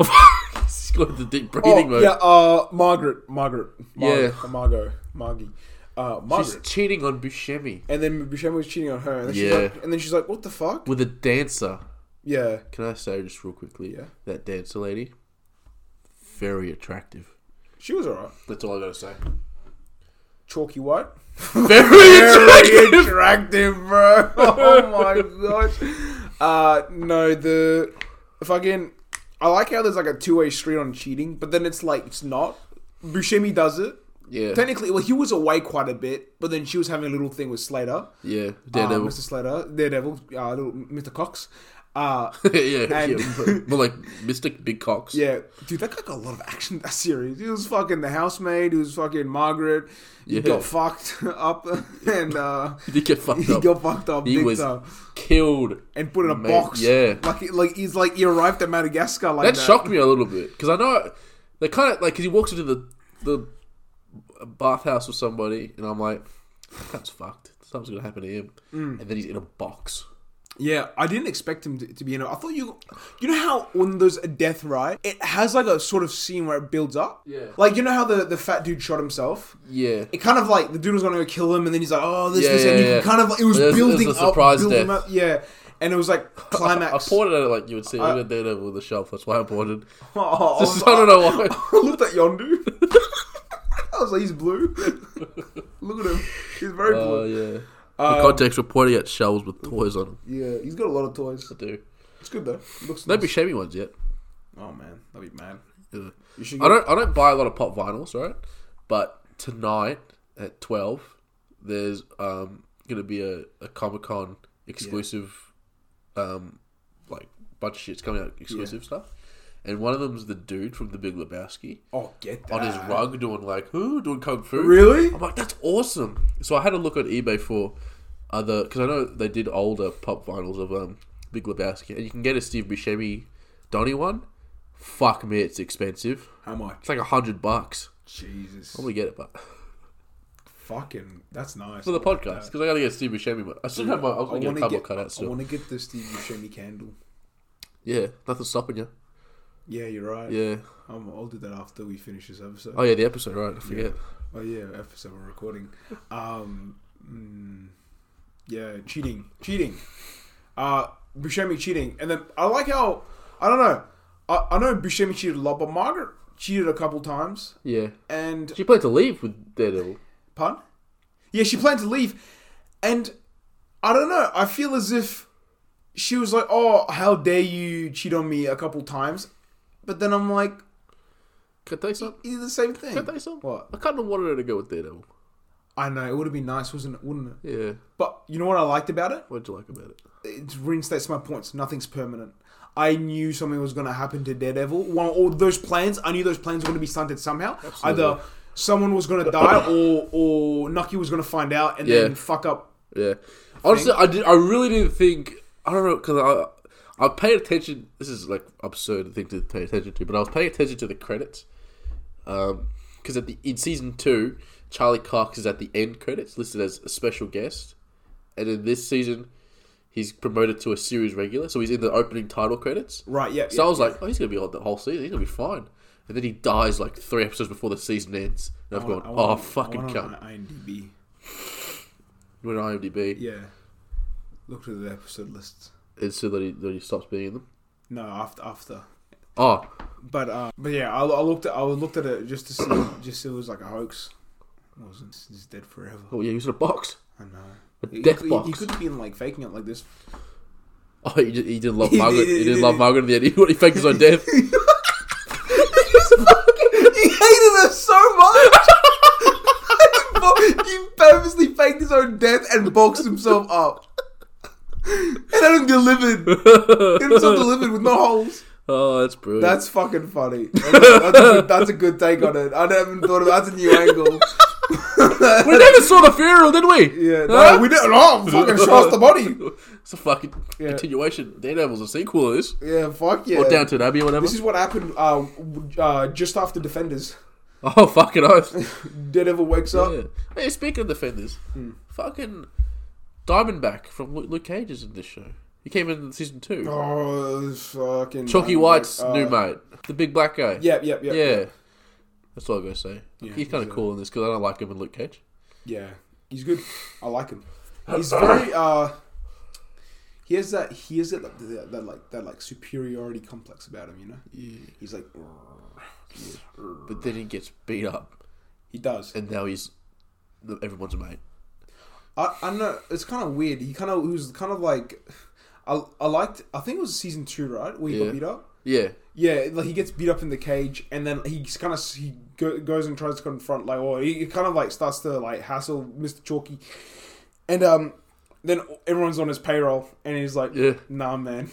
Speaker 1: He's got the deep breathing
Speaker 2: Oh,
Speaker 1: mode.
Speaker 2: yeah, uh, Margaret, Margaret, Mar-
Speaker 1: Yeah.
Speaker 2: Margot, Margie, uh,
Speaker 1: She's
Speaker 2: Margaret.
Speaker 1: cheating on Buscemi
Speaker 2: and then Buscemi was cheating on her, and then she's
Speaker 1: Yeah.
Speaker 2: like, and then she's like, "What the fuck?"
Speaker 1: with a dancer.
Speaker 2: Yeah,
Speaker 1: Can I say just real quickly?
Speaker 2: Yeah.
Speaker 1: That dancer lady, very attractive.
Speaker 2: she was alright.
Speaker 1: That's all I gotta say. [LAUGHS]
Speaker 2: Chalky white. [LAUGHS]
Speaker 1: Very attractive.
Speaker 2: attractive,
Speaker 1: [LAUGHS]
Speaker 2: bro. [LAUGHS] Oh my gosh. Uh, no, the fucking. I like how there's like a two way street on cheating, but then it's like it's not. Buscemi does it.
Speaker 1: Yeah.
Speaker 2: Technically, well, he was away quite a bit, but then she was having a little thing with Slater,
Speaker 1: Yeah.
Speaker 2: uh,
Speaker 1: Daredevil.
Speaker 2: Mr. Slater, Daredevil, uh, little Mr. Cox. Uh,
Speaker 1: [LAUGHS] yeah.
Speaker 2: and-
Speaker 1: yeah. But, but like Mr. Big Cox.
Speaker 2: yeah, dude, that guy got a lot of action in that series. He was fucking the housemaid. He was fucking Margaret. He
Speaker 1: Yeah.
Speaker 2: got fucked [LAUGHS] up, and uh,
Speaker 1: He did get
Speaker 2: [LAUGHS]
Speaker 1: fucked
Speaker 2: he
Speaker 1: up.
Speaker 2: got fucked up.
Speaker 1: He
Speaker 2: big
Speaker 1: was
Speaker 2: time.
Speaker 1: killed.
Speaker 2: and put in a
Speaker 1: Ma-
Speaker 2: box.
Speaker 1: yeah.
Speaker 2: like he- like he's like he arrived at Madagascar like
Speaker 1: That
Speaker 2: that.
Speaker 1: shocked me a little bit because I know they kind of like because he walks into the the bathhouse with somebody, and I'm like, that's fucked. Something's gonna happen to him, and then he's in a box.
Speaker 2: Yeah, I didn't expect him to, to be in it. I thought you, you know how when there's a death right, it has like a sort of scene where it builds up.
Speaker 1: Yeah.
Speaker 2: like you know how the the fat dude shot himself.
Speaker 1: Yeah,
Speaker 2: It kind of like the dude was gonna go kill him, and then he's like, "Oh, this,
Speaker 1: Yeah,
Speaker 2: this," and
Speaker 1: yeah,
Speaker 2: you can
Speaker 1: yeah.
Speaker 2: kind of like, it was
Speaker 1: It was- it was
Speaker 2: building
Speaker 1: a
Speaker 2: up,
Speaker 1: surprise
Speaker 2: building
Speaker 1: death.
Speaker 2: up, yeah. And it was
Speaker 1: [LAUGHS]
Speaker 2: like
Speaker 1: I
Speaker 2: climax.
Speaker 1: pointed at it like you would see like a daredevil with a shelf. That's why I [LAUGHS] pointed.
Speaker 2: [LAUGHS] Oh, I
Speaker 1: This
Speaker 2: was-
Speaker 1: is- I don't know why.
Speaker 2: I [LAUGHS] looked at Yondu. [LAUGHS] I was like, he's blue. [LAUGHS] Look at him. He's very
Speaker 1: Oh
Speaker 2: blue.
Speaker 1: yeah. For context, we're pointing at shelves with toys on them.
Speaker 2: Yeah, he's got a lot of toys.
Speaker 1: I do.
Speaker 2: It's good though. It looks
Speaker 1: No Buscemi ones yet.
Speaker 2: Oh man, that'd be mad.
Speaker 1: Yeah.
Speaker 2: You should
Speaker 1: I don't. I don't buy a lot of pop vinyls, right? But tonight at twelve, there's um gonna be a, a Comic Con exclusive, um, like bunch of shit's coming out exclusive stuff, and one of them's the dude from The Big Lebowski
Speaker 2: oh, get that.
Speaker 1: on his rug doing like who doing kung fu.
Speaker 2: Really?
Speaker 1: I'm like that's awesome. So I had a look on eBay for other because I know they did older pop vinyls of um Big Lebowski, and you can get a Steve Buscemi, Donny one. Fuck me, it's expensive.
Speaker 2: How much?
Speaker 1: It's like a hundred bucks.
Speaker 2: Jesus.
Speaker 1: I'm gonna get it, but [LAUGHS]
Speaker 2: Fucking, that's nice.
Speaker 1: for the podcast because I gotta get Steve Buscemi. But I still have my. I was gonna
Speaker 2: I
Speaker 1: get a
Speaker 2: want to
Speaker 1: couple
Speaker 2: get.
Speaker 1: cut out
Speaker 2: I
Speaker 1: still.
Speaker 2: want to get the Steve Buscemi candle.
Speaker 1: Yeah, nothing's stopping you.
Speaker 2: Yeah, you're right.
Speaker 1: Yeah.
Speaker 2: Um, I'll do that after we finish this episode.
Speaker 1: Oh yeah, the episode right. I forget.
Speaker 2: Oh yeah, episode we're recording. Um, mm, yeah, cheating, cheating. Uh, Buscemi cheating, and then I like how I don't know. I, I know Buscemi cheated a lot, but Margaret cheated a couple times,
Speaker 1: Yeah.
Speaker 2: and
Speaker 1: She planned to leave with Daredevil.
Speaker 2: Pardon? Yeah, she planned to leave. And I don't know. I feel as if she was like, "Oh, how dare you cheat on me a couple times," but then I'm like,
Speaker 1: Can I tell you something?
Speaker 2: "You did the same thing."
Speaker 1: Can I tell you something?
Speaker 2: What?
Speaker 1: I kind of wanted her to go with Daredevil.
Speaker 2: I know it would have been nice, wasn't it? Wouldn't it?
Speaker 1: Yeah.
Speaker 2: But you know what I liked about it?
Speaker 1: What'd you like about it?
Speaker 2: It reinstates my points. Nothing's permanent. I knew something was going to happen to Daredevil. One, all those plans. I knew those plans were going to be stunted somehow. Either someone was going to die, or or Nucky was going to find out and
Speaker 1: Yeah.
Speaker 2: then fuck up.
Speaker 1: Yeah. Honestly, I did. I really didn't think. I don't know because I I paid attention. This is like absurd thing to pay attention to, but I was paying attention to the credits. Um, because at the in season two, Charlie Cox is at the end credits, listed as a special guest, and in this season, he's promoted to a series regular, so he's in the opening title credits.
Speaker 2: Right? Yeah.
Speaker 1: So
Speaker 2: yeah.
Speaker 1: I was like, oh, he's gonna be on the whole season. He's gonna be fine. And then he dies like three episodes before the season ends. And I've
Speaker 2: I want-
Speaker 1: gone,
Speaker 2: I
Speaker 1: oh
Speaker 2: want-
Speaker 1: fucking
Speaker 2: I want
Speaker 1: cunt.
Speaker 2: on IMDb.
Speaker 1: When IMDb,
Speaker 2: Yeah. Looked at the episode lists.
Speaker 1: it's so that he, that he stops being in them.
Speaker 2: No, after after.
Speaker 1: Oh,
Speaker 2: But uh, but yeah, I, I looked at I looked at it just to see [COUGHS] just it was like a hoax. It wasn't. He's dead forever.
Speaker 1: Oh yeah, he was in a box. [LAUGHS]
Speaker 2: I know.
Speaker 1: A
Speaker 2: He-
Speaker 1: death
Speaker 2: he,
Speaker 1: box.
Speaker 2: He could have been like faking it like this.
Speaker 1: Oh, he, just, he didn't love
Speaker 2: He
Speaker 1: Margaret.
Speaker 2: did,
Speaker 1: He
Speaker 2: he
Speaker 1: didn't
Speaker 2: did.
Speaker 1: love Margaret in the end. He, he faked his own
Speaker 2: [LAUGHS]
Speaker 1: death.
Speaker 2: he hated her so
Speaker 1: [LAUGHS]
Speaker 2: much. he purposely faked his own death and boxed himself up. And had him delivered. Had himself delivered with no holes.
Speaker 1: oh, that's brilliant.
Speaker 2: That's fucking funny. That's a, that's a good, that's a good take on it. I haven't thought of that's a new angle.
Speaker 1: we never saw the funeral, did we?
Speaker 2: Yeah, no,
Speaker 1: Huh?
Speaker 2: we didn't. No, fucking show us the body.
Speaker 1: It's a fucking
Speaker 2: Yeah.
Speaker 1: continuation. Daredevil's a sequel to this.
Speaker 2: Yeah, fuck yeah.
Speaker 1: Or down to an Abbey or whatever.
Speaker 2: This is what happened uh, w- uh, just after Defenders.
Speaker 1: Oh, fucking
Speaker 2: [LAUGHS]
Speaker 1: oath.
Speaker 2: Daredevil wakes up.
Speaker 1: yeah. Hey, speaking of defenders,
Speaker 2: Hmm.
Speaker 1: fucking Diamondback from Lu- Luke Cage is in this show. He came in season two.
Speaker 2: Oh, fucking.
Speaker 1: Chalky
Speaker 2: I'm
Speaker 1: White's
Speaker 2: like, uh,
Speaker 1: new mate, the big black guy.
Speaker 2: Yep, yep, yep.
Speaker 1: yeah.
Speaker 2: yep.
Speaker 1: That's all I'm gonna say.
Speaker 2: Yeah,
Speaker 1: he's kind
Speaker 2: he's uh,
Speaker 1: of
Speaker 2: a-
Speaker 1: cool in this because I don't like him in Luke Cage.
Speaker 2: Yeah. He's good. I like him.
Speaker 1: [COUGHS]
Speaker 2: He's very. uh He has that. He has that, that, that like that like superiority complex about him. You know. He's like.
Speaker 1: But then he gets beat up,
Speaker 2: He does.
Speaker 1: and now he's everyone's mate.
Speaker 2: I, I don't know. It's kind of weird. He kind of he was kind of like, I, I liked. I think it was season two, right? Where he
Speaker 1: Yeah.
Speaker 2: got beat up.
Speaker 1: [LAUGHS] Yeah,
Speaker 2: Yeah, like he gets beat up in the cage, and then he's kind of he go, goes and tries to confront like, or he, kind of like starts to like hassle Mister Chalky, and um, then everyone's on his payroll, and he's like,
Speaker 1: Yeah.
Speaker 2: nah, man,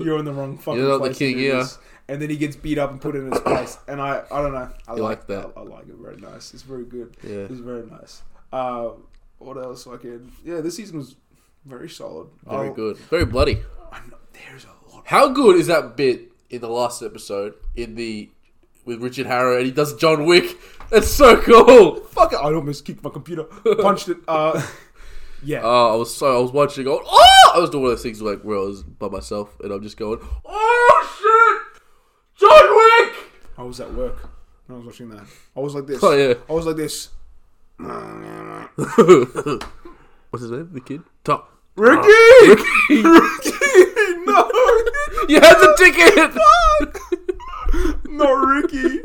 Speaker 2: you're in the wrong fucking
Speaker 1: You're not the
Speaker 2: place." to
Speaker 1: king
Speaker 2: do
Speaker 1: here."
Speaker 2: this." And then he gets beat up and put in his place, and I, I don't know, I
Speaker 1: You like that.
Speaker 2: I, I like it very nice. It's very good.
Speaker 1: yeah.
Speaker 2: It was very nice. Uh, what else? Fucking yeah, this season was very solid.
Speaker 1: Very
Speaker 2: I'll-
Speaker 1: good, very bloody.
Speaker 2: I'm not, there's a lot.
Speaker 1: How good is that bit in the last episode in the with Richard Harrow and he does John Wick? That's so cool.
Speaker 2: Fuck it! I almost kicked
Speaker 1: [LAUGHS]
Speaker 2: my computer, punched it. Uh, yeah,
Speaker 1: Oh, I was so I was watching. Going, oh, I was doing one of those things like where I was by myself and I'm just going, oh shit, John Wick.
Speaker 2: I was at work when I was watching that. I was like this.
Speaker 1: Oh, yeah.
Speaker 2: I was
Speaker 1: [LAUGHS]
Speaker 2: like this.
Speaker 1: What's his name? The kid. Tom.
Speaker 2: Ricky,
Speaker 1: Ricky,
Speaker 2: Ricky, [LAUGHS] no,
Speaker 1: you had the [LAUGHS] ticket.
Speaker 2: not
Speaker 1: [LAUGHS]
Speaker 2: Ricky.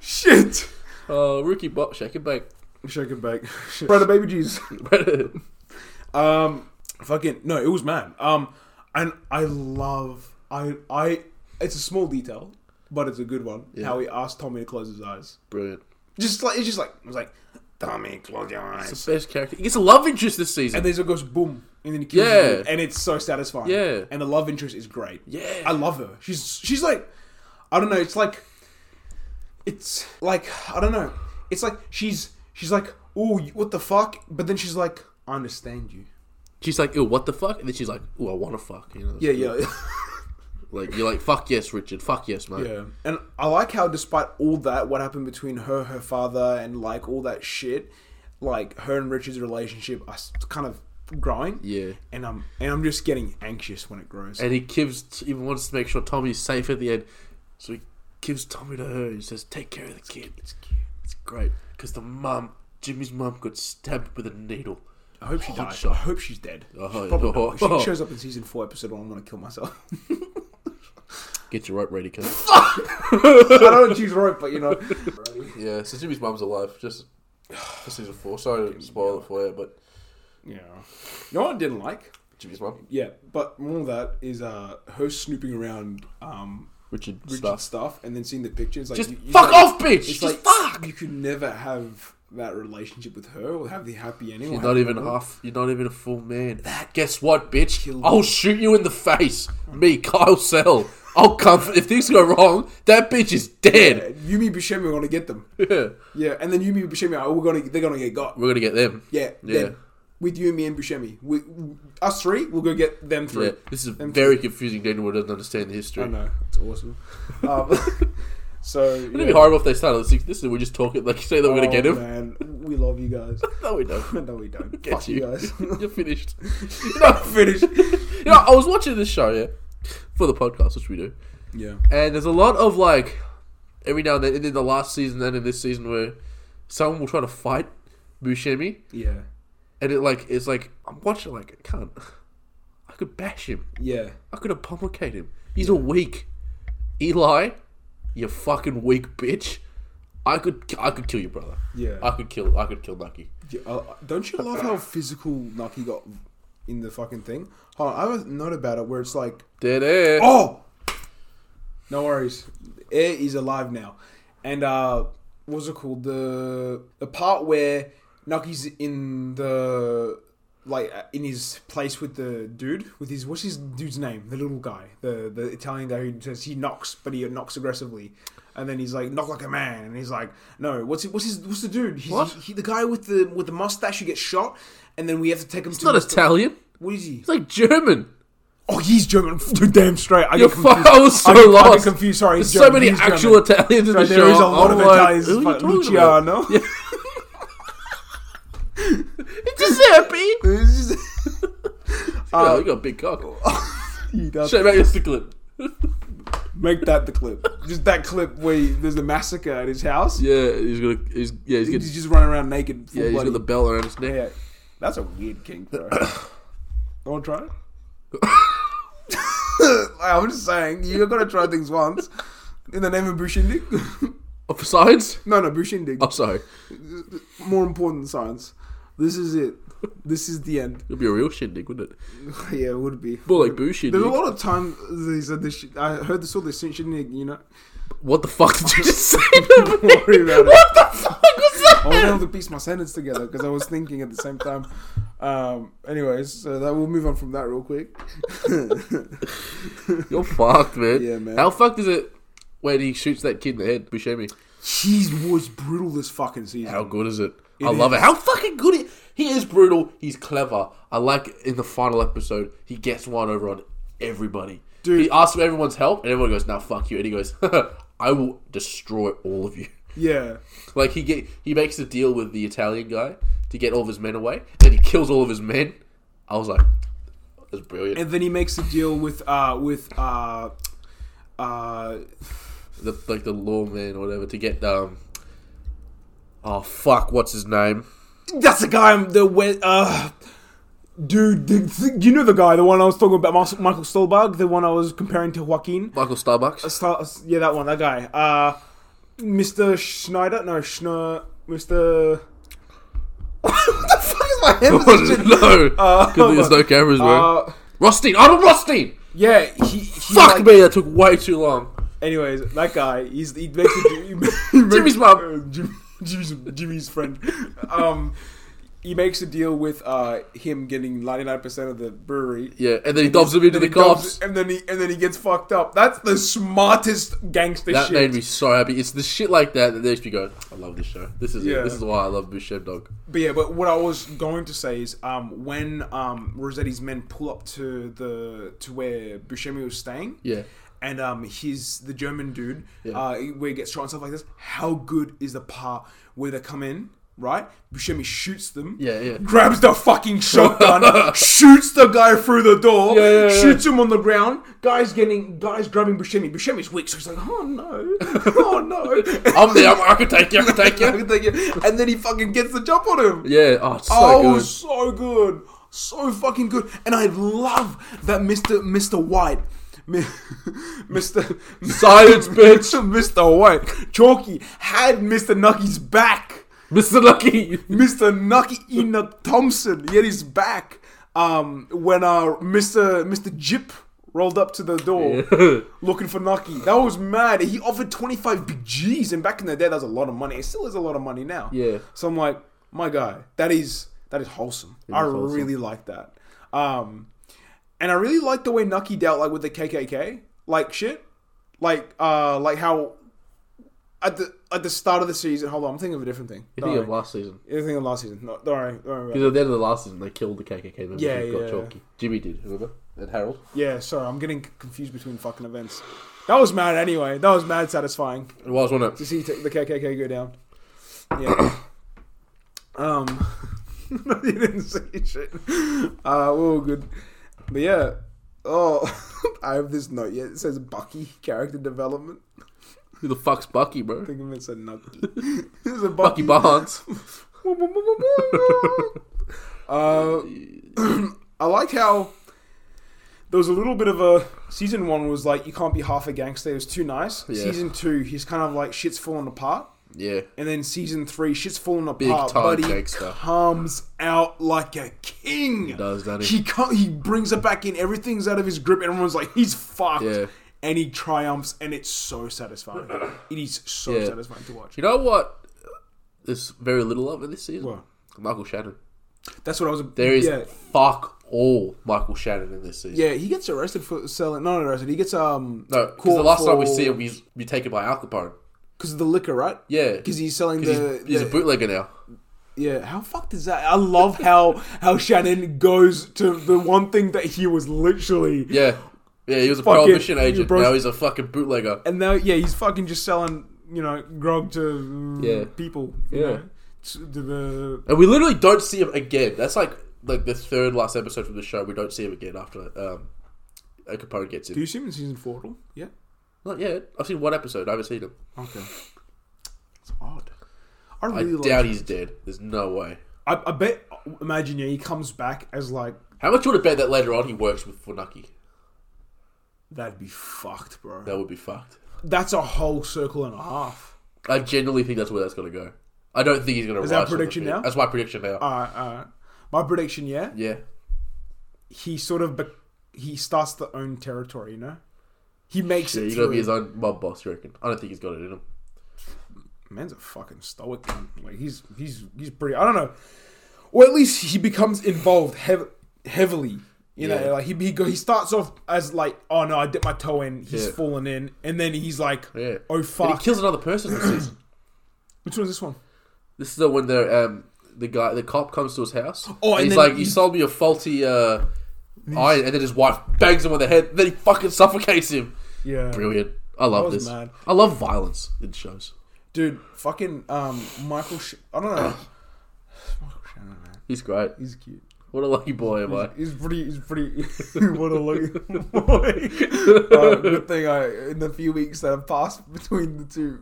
Speaker 2: Shit.
Speaker 1: Oh, Ricky Bot, shake it back. [LAUGHS]
Speaker 2: Shake it back. [LAUGHS] Brother, baby G's. Um, fucking no, it was man. Um, and I love I I. It's a small detail, but it's a good one. How he asked Tommy to close his eyes.
Speaker 1: Brilliant.
Speaker 2: Just like it's just like it was like Tommy, close your eyes.
Speaker 1: Best character. He gets a love interest this season.
Speaker 2: And then it goes boom, and then he kills
Speaker 1: Yeah.
Speaker 2: you, and it's so satisfying.
Speaker 1: Yeah.
Speaker 2: and the love interest is great.
Speaker 1: Yeah.
Speaker 2: I love her. She's she's like, I don't know. It's like, it's like I don't know. It's like she's she's like, oh, what the fuck? But then she's like, I understand you.
Speaker 1: She's like, "Ew, what the fuck?" And then she's like, "Ooh, I want to fuck." You know?
Speaker 2: Yeah,
Speaker 1: [LAUGHS]
Speaker 2: yeah.
Speaker 1: Like you're like, "Fuck yes, Richard. Fuck yes, mate."
Speaker 2: Yeah. And I like how, despite all that, what happened between her, her father, and like all that shit, like her and Richard's relationship are s- kind of growing.
Speaker 1: Yeah.
Speaker 2: And I'm and I'm just getting anxious when it grows.
Speaker 1: And he gives, he wants to make sure Tommy's safe at the end, so he gives Tommy to her and says, "Take care of the kid."
Speaker 2: it's cute.
Speaker 1: It's great because the mum, Jimmy's mum, got stabbed with a needle.
Speaker 2: I hope she
Speaker 1: Hot
Speaker 2: dies.
Speaker 1: shot.
Speaker 2: I hope she's dead.
Speaker 1: Oh,
Speaker 2: She's
Speaker 1: yeah.
Speaker 2: probably not. If
Speaker 1: Oh.
Speaker 2: She shows up in season four, episode one. I'm gonna kill myself. [LAUGHS]
Speaker 1: Get your rope ready, cuz.
Speaker 2: I don't want to choose rope, but you [LAUGHS] know.
Speaker 1: yeah. So Jimmy's mum's alive. Just for season four. Sorry to spoil it for you, but
Speaker 2: yeah. You know what I didn't like?
Speaker 1: Jimmy's mum.
Speaker 2: Yeah, but more of that is uh, her snooping around um,
Speaker 1: Richard,
Speaker 2: Richard's
Speaker 1: stuff.
Speaker 2: stuff. and then seeing the pictures. Like,
Speaker 1: Just
Speaker 2: you- you
Speaker 1: fuck
Speaker 2: can't-
Speaker 1: off, bitch!
Speaker 2: It's
Speaker 1: Just
Speaker 2: like
Speaker 1: fuck.
Speaker 2: you could never have that relationship with her or have the happy ending. or
Speaker 1: You're
Speaker 2: have
Speaker 1: not
Speaker 2: the
Speaker 1: even
Speaker 2: moment.
Speaker 1: half. You're not even a full man. Guess what, bitch?
Speaker 2: Kill
Speaker 1: I'll shoot you in the face. Me, Kyle Sell. I'll come. If things go wrong, that bitch is dead.
Speaker 2: Yeah, Yumi Buscemi are gonna get them.
Speaker 1: Yeah.
Speaker 2: Yeah, and then Yumi Buscemi are all gonna they're gonna get
Speaker 1: [LAUGHS]
Speaker 2: got.
Speaker 1: We're gonna get them.
Speaker 2: Yeah,
Speaker 1: Yeah.
Speaker 2: Them. With Yumi and Buscemi, we, us three, we'll go get them three.
Speaker 1: Yeah. This is very confusing. to anyone who doesn't understand the history.
Speaker 2: I
Speaker 1: [LAUGHS]
Speaker 2: know it's awesome. Um, [LAUGHS] so oh,
Speaker 1: It'd be horrible if they started at six. This is we just talk it like say that we're gonna get him.
Speaker 2: Man, we love you guys. [LAUGHS]
Speaker 1: No, we don't.
Speaker 2: no, we don't.
Speaker 1: Get
Speaker 2: Fuck you, guys.
Speaker 1: [LAUGHS]
Speaker 2: [LAUGHS]
Speaker 1: You're finished. [LAUGHS]
Speaker 2: not finished.
Speaker 1: You know, I was watching this show, yeah, for the podcast, which we do,
Speaker 2: Yeah.
Speaker 1: and there's a lot of like every now and then, and in the last season and in this season, where someone will try to fight Buscemi,
Speaker 2: Yeah.
Speaker 1: and it like it's like I'm watching like I can't, I could bash him,
Speaker 2: Yeah.
Speaker 1: I could have pummeled him. He's a weak Eli, you fucking weak bitch. I could I could kill your brother.
Speaker 2: Yeah.
Speaker 1: I could kill I could kill Nucky.
Speaker 2: Yeah, uh, don't you love how physical Naki got in the fucking thing? Hold on, I have a note about it where it's like,
Speaker 1: Dead air.
Speaker 2: oh, no worries, air is alive now, and uh, what's it called? The the part where Naki's in the like uh, in his place with the dude with his what's his dude's name? The little guy, the the Italian guy who says he knocks, but he knocks aggressively. And then he's like, knock like a man, and he's like, no, what's it, what's his, what's the dude? He's,
Speaker 1: What?
Speaker 2: He, the guy with the with the mustache who gets shot, and then we have to take him
Speaker 1: It's
Speaker 2: to.
Speaker 1: not Italian.
Speaker 2: what is he?
Speaker 1: It's like German.
Speaker 2: Oh, he's German. Dude, damn straight. I
Speaker 1: You're
Speaker 2: get confused.
Speaker 1: fuck, I was so
Speaker 2: I get, I get
Speaker 1: lost.
Speaker 2: confused. Sorry,
Speaker 1: There's
Speaker 2: he's
Speaker 1: so
Speaker 2: German,
Speaker 1: many
Speaker 2: he's
Speaker 1: actual
Speaker 2: German.
Speaker 1: Italians in
Speaker 2: Sorry,
Speaker 1: the show.
Speaker 2: there is a lot
Speaker 1: I'm
Speaker 2: of
Speaker 1: like,
Speaker 2: Italians.
Speaker 1: who are you
Speaker 2: but
Speaker 1: talking about?
Speaker 2: Luciano.
Speaker 1: [LAUGHS] Giuseppe.
Speaker 2: This is-
Speaker 1: Oh, you got a big cock.
Speaker 2: [LAUGHS] he does.
Speaker 1: Show me your sticklet.
Speaker 2: Make that the clip. Just that clip where he- there's a massacre at his house.
Speaker 1: Yeah, he's gonna. He's, yeah, he's gonna.
Speaker 2: He's just running around naked. Full
Speaker 1: Yeah, he's
Speaker 2: bloody.
Speaker 1: got the belt around his neck.
Speaker 2: yeah, that's a weird kink, bro.
Speaker 1: [COUGHS]
Speaker 2: Want to try it?
Speaker 1: [LAUGHS]
Speaker 2: [LAUGHS] I'm just saying, you got to try things once. In the name of Bushindig? [LAUGHS]
Speaker 1: Oh, for science?
Speaker 2: no, no, Bushindig.
Speaker 1: Oh, sorry.
Speaker 2: More important than science. This is it. This is the end. [LAUGHS]
Speaker 1: It'd be a real shindig, wouldn't it?
Speaker 2: Yeah, it would be.
Speaker 1: More like boo shindig.
Speaker 2: There's a lot of times they said this. Shit. I heard this all this shit, shouldn't you know?
Speaker 1: What the fuck did you just say to me?
Speaker 2: Don't worry about it. Oh.
Speaker 1: What the fuck was
Speaker 2: I
Speaker 1: that?
Speaker 2: wasn't able to piece my sentence together because I was thinking at the same time. Um, anyways, so that we'll move on from that real quick. [LAUGHS]
Speaker 1: You're fucked, man.
Speaker 2: Yeah, man.
Speaker 1: How fucked is it when he shoots that kid in the head? Buscemi.
Speaker 2: Cheese was brutal this fucking season.
Speaker 1: How good is it? I love it. How fucking good it. He is brutal. He's clever. I like in the final episode, he gets one over on everybody.
Speaker 2: Dude.
Speaker 1: He asks for everyone's help, and everyone goes, "Now fuck you." And he goes, [LAUGHS] "I will destroy all of you." [LAUGHS]
Speaker 2: Yeah,
Speaker 1: Like he get he makes a deal with the Italian guy to get all of his men away, and he kills all of his men. I was like, "That's brilliant."
Speaker 2: and then he makes a deal with uh with uh uh
Speaker 1: the, like the lawman or whatever to get um. Oh fuck! What's his name?
Speaker 2: that's the guy I'm the we- uh dude. The, th- you know the guy, the one I was talking about, Mas- Michael Stolberg, the one I was comparing to Joaquin.
Speaker 1: Michael Starbucks.
Speaker 2: Star- yeah, that one, that guy. Uh, Mr. Schneider, no, Schner, Mr. what the fuck is my
Speaker 1: [LAUGHS]
Speaker 2: head? position?
Speaker 1: no, because there's
Speaker 2: [LAUGHS]
Speaker 1: no cameras, bro.
Speaker 2: Uh,
Speaker 1: Rothstein, Arnold Rothstein.
Speaker 2: yeah, he, he
Speaker 1: Fuck
Speaker 2: like-
Speaker 1: me, that took way too long.
Speaker 2: Anyways, that guy, he's he makes a, [LAUGHS] he makes,
Speaker 1: Jimmy's mum.
Speaker 2: uh, Jim, Jimmy's Jimmy's friend. Um, he makes a deal with uh him getting ninety nine percent of the brewery.
Speaker 1: Yeah, and then he dobs him into
Speaker 2: Then he
Speaker 1: the
Speaker 2: dumps
Speaker 1: cops.
Speaker 2: it, and then he and then he gets fucked up. That's the smartest gangster
Speaker 1: That
Speaker 2: shit.
Speaker 1: made me so happy. It's the shit like that that makes me go, I love this show. This is
Speaker 2: Yeah.
Speaker 1: it. This is why I love Bushem Dog.
Speaker 2: But yeah, but what I was going to say is, um, when um Rossetti's men pull up to the to where Buscemi was staying,
Speaker 1: Yeah.
Speaker 2: and um his the German dude,
Speaker 1: Yeah.
Speaker 2: uh, where he gets shot and stuff like this. How good is the part where they come in? Right, Buscemi shoots them.
Speaker 1: Yeah, yeah.
Speaker 2: Grabs the fucking shotgun, shoots the guy through the door,
Speaker 1: Yeah, yeah, yeah.
Speaker 2: shoots him on the ground. Guys getting, guys grabbing Buscemi. Buscemi's weak, so he's like, "Oh no, oh no!"
Speaker 1: I'm there. I'm, I can take you. I can take
Speaker 2: [LAUGHS]
Speaker 1: you.
Speaker 2: and then he fucking gets the jump on him.
Speaker 1: Yeah. Oh, it's so
Speaker 2: oh,
Speaker 1: good.
Speaker 2: so good, so fucking good. And I love that Mister Mister White, [LAUGHS] Mister
Speaker 1: Silence, bitch.
Speaker 2: [LAUGHS] Mister White, Chalky had Mister Nucky's back.
Speaker 1: Mr. Lucky. [LAUGHS]
Speaker 2: Mister Nucky Enoch Thompson, he had his back. um, when uh, Mr. Mr. Jip rolled up to the door [LAUGHS] looking for Naki. That was mad. He offered 25 big G's, and back in the day, that was a lot of money. It still is a lot of money now.
Speaker 1: Yeah.
Speaker 2: So I'm like, my guy, that is that is wholesome. I
Speaker 1: wholesome.
Speaker 2: really like that. Um, and I really like the way Nucky dealt like with the KKK, like shit, like uh, like how at the at the start of the season. Hold on, I'm thinking of a different thing.
Speaker 1: You
Speaker 2: Don't
Speaker 1: think of
Speaker 2: worry.
Speaker 1: last season?
Speaker 2: You're thinking of last season. No, don't worry, don't worry about it.
Speaker 1: Because at the end of the last season, they killed the KKK members.
Speaker 2: Yeah,
Speaker 1: who
Speaker 2: yeah.
Speaker 1: Got chalky. Jimmy did, remember? And Harold.
Speaker 2: Yeah, sorry, I'm getting c- confused between fucking events. That was mad anyway. That was mad satisfying
Speaker 1: It was, wasn't
Speaker 2: to see t- the KKK go down. Yeah. [COUGHS] um, [LAUGHS] you didn't say shit. Uh, we were good. But yeah. Oh, [LAUGHS] I have this note yet. It says Bucky character development.
Speaker 1: Who the fuck's Bucky, bro?
Speaker 2: I think it said [LAUGHS] Nucky. it's a
Speaker 1: Bucky
Speaker 2: Bucky. [LAUGHS]
Speaker 1: Barnes.
Speaker 2: uh, [CLEARS THROAT] I like how there was a little bit of a season one was like you can't be half a gangster. It was too nice.
Speaker 1: Yeah.
Speaker 2: Season two, he's kind of like shit's falling apart,
Speaker 1: [LAUGHS] yeah.
Speaker 2: and then season three, shit's falling apart,
Speaker 1: time
Speaker 2: but he
Speaker 1: gangster.
Speaker 2: comes out like a king. He
Speaker 1: does, doesn't he?
Speaker 2: He co- he brings it back in. Everything's out of his grip. Everyone's like he's fucked.
Speaker 1: Yeah.
Speaker 2: And he triumphs, and it's so satisfying. It is so
Speaker 1: Yeah.
Speaker 2: satisfying to watch.
Speaker 1: You know what? There's very little of in this season.
Speaker 2: What?
Speaker 1: Michael Shannon.
Speaker 2: That's what I was.
Speaker 1: There is
Speaker 2: Yeah,
Speaker 1: fuck all Michael Shannon in this season.
Speaker 2: yeah he gets arrested for selling. Not arrested. He gets um.
Speaker 1: No, because the
Speaker 2: caught
Speaker 1: last time we
Speaker 2: for-
Speaker 1: see him, he's be taken by Al Capone.
Speaker 2: because of the liquor, right?
Speaker 1: Yeah,
Speaker 2: Because he's selling
Speaker 1: 'Cause
Speaker 2: the,
Speaker 1: he's, he's
Speaker 2: the-
Speaker 1: a bootlegger now.
Speaker 2: yeah. How fucked is that?
Speaker 1: [LAUGHS]
Speaker 2: I love how how Shannon goes to the one thing that he was literally
Speaker 1: Yeah, yeah, he was a
Speaker 2: Fucking-
Speaker 1: prohibition agent.
Speaker 2: bro-
Speaker 1: now he's a fucking bootlegger.
Speaker 2: and now yeah he's fucking just selling you know grog to mm,
Speaker 1: Yeah.
Speaker 2: people you
Speaker 1: Yeah.
Speaker 2: know to to the
Speaker 1: And we literally don't see him again. That's like like the third last episode from the show. We don't see him again after um, Al Capone gets
Speaker 2: do
Speaker 1: in.
Speaker 2: you see him in season four at all? Yeah.
Speaker 1: Not yet. I've seen one episode. I haven't seen him.
Speaker 2: Okay. It's odd.
Speaker 1: I
Speaker 2: I really like.
Speaker 1: doubt he's dead. There's no way.
Speaker 2: I, I bet. Imagine yeah he comes back as like
Speaker 1: How much would it bet that later on he works with Funaki?
Speaker 2: that'd be fucked, bro.
Speaker 1: That would be fucked.
Speaker 2: That's a whole circle and a half.
Speaker 1: I genuinely think that's where that's going to go. I don't think he's going to. Is
Speaker 2: that prediction now? Ah.
Speaker 1: That's my prediction now.
Speaker 2: All right, all right. Uh, My prediction, yeah,
Speaker 1: yeah.
Speaker 2: he sort of bec he starts to own territory. You know, he makes
Speaker 1: Yeah,
Speaker 2: it
Speaker 1: he's
Speaker 2: through.
Speaker 1: gonna be his own mob boss, you reckon? I don't think he's got it in him.
Speaker 2: Man's a fucking stoic. Man. Like he's he's he's pretty. I don't know, or at least he becomes involved heav- heavily. You know,
Speaker 1: Yeah.
Speaker 2: like he he, go, he starts off as like, oh no, I dipped my toe in. He's
Speaker 1: Yeah.
Speaker 2: fallen in, and then he's like,
Speaker 1: Yeah.
Speaker 2: oh
Speaker 1: And he
Speaker 2: fuck.
Speaker 1: kills another person this
Speaker 2: [CLEARS THROAT]
Speaker 1: season.
Speaker 2: Which one is this one?
Speaker 1: This is the when the um the guy the cop comes to his house.
Speaker 2: Oh, and
Speaker 1: and he's
Speaker 2: then
Speaker 1: like,
Speaker 2: he-
Speaker 1: You sold me a faulty uh iron and then his wife bangs him on the head, then he fucking suffocates him.
Speaker 2: Yeah,
Speaker 1: Brilliant. I love
Speaker 2: was
Speaker 1: this.
Speaker 2: mad.
Speaker 1: I love violence in shows.
Speaker 2: dude, fucking um, Michael. Sh- I don't know. [SIGHS] Michael Shannon, man,
Speaker 1: He's great.
Speaker 2: he's cute.
Speaker 1: What a lucky boy am I.
Speaker 2: He's pretty. He's pretty. [LAUGHS] what a lucky boy. uh, good thing I in the few weeks that have passed between
Speaker 1: [LAUGHS]
Speaker 2: the two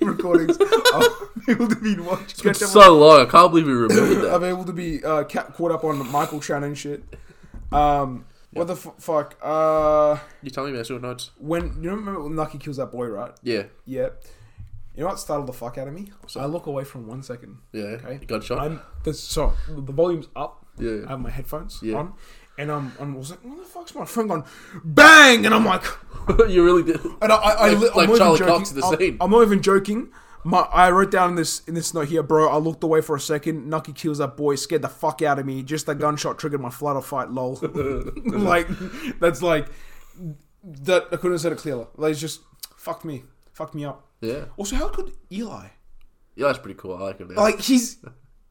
Speaker 2: recordings, I'm able to be watched.
Speaker 1: It's been so long, I can't believe you remembered that.
Speaker 2: I'm able to be uh, ca- caught up on Michael Shannon shit. Um, what the f- fuck? Uh,
Speaker 1: You tell me about your notes.
Speaker 2: when you remember when Lucky kills that boy, right?
Speaker 1: Yeah.
Speaker 2: Yep. You know what startled the fuck out of me?
Speaker 1: up?
Speaker 2: I look away from one second.
Speaker 1: Yeah.
Speaker 2: Okay.
Speaker 1: You got shot?
Speaker 2: I'm the, so the volume's up.
Speaker 1: Yeah.
Speaker 2: I have my headphones
Speaker 1: Yeah.
Speaker 2: on, and I'm, I'm I was like, "Where the fuck's my phone gone?" Bang! And I'm like,
Speaker 1: [LAUGHS] you really did
Speaker 2: and I, I, I
Speaker 1: Like-
Speaker 2: li- I'm
Speaker 1: like
Speaker 2: not even
Speaker 1: Charlie
Speaker 2: joking.
Speaker 1: Cox in the
Speaker 2: I'm,
Speaker 1: scene.
Speaker 2: I'm not even joking. My, I wrote down in this in this note here, bro. I looked away for a second. Nucky kills that boy, scared the fuck out of me. Just the gunshot triggered my flight or fight. Lol.
Speaker 1: [LAUGHS]
Speaker 2: [LAUGHS] like that's like that. I couldn't have said it clearer. Like it's just fucked me, fucked me up.
Speaker 1: Yeah.
Speaker 2: Also, how could Eli?
Speaker 1: Yeah, that's pretty cool. I like him now.
Speaker 2: [LAUGHS] like he's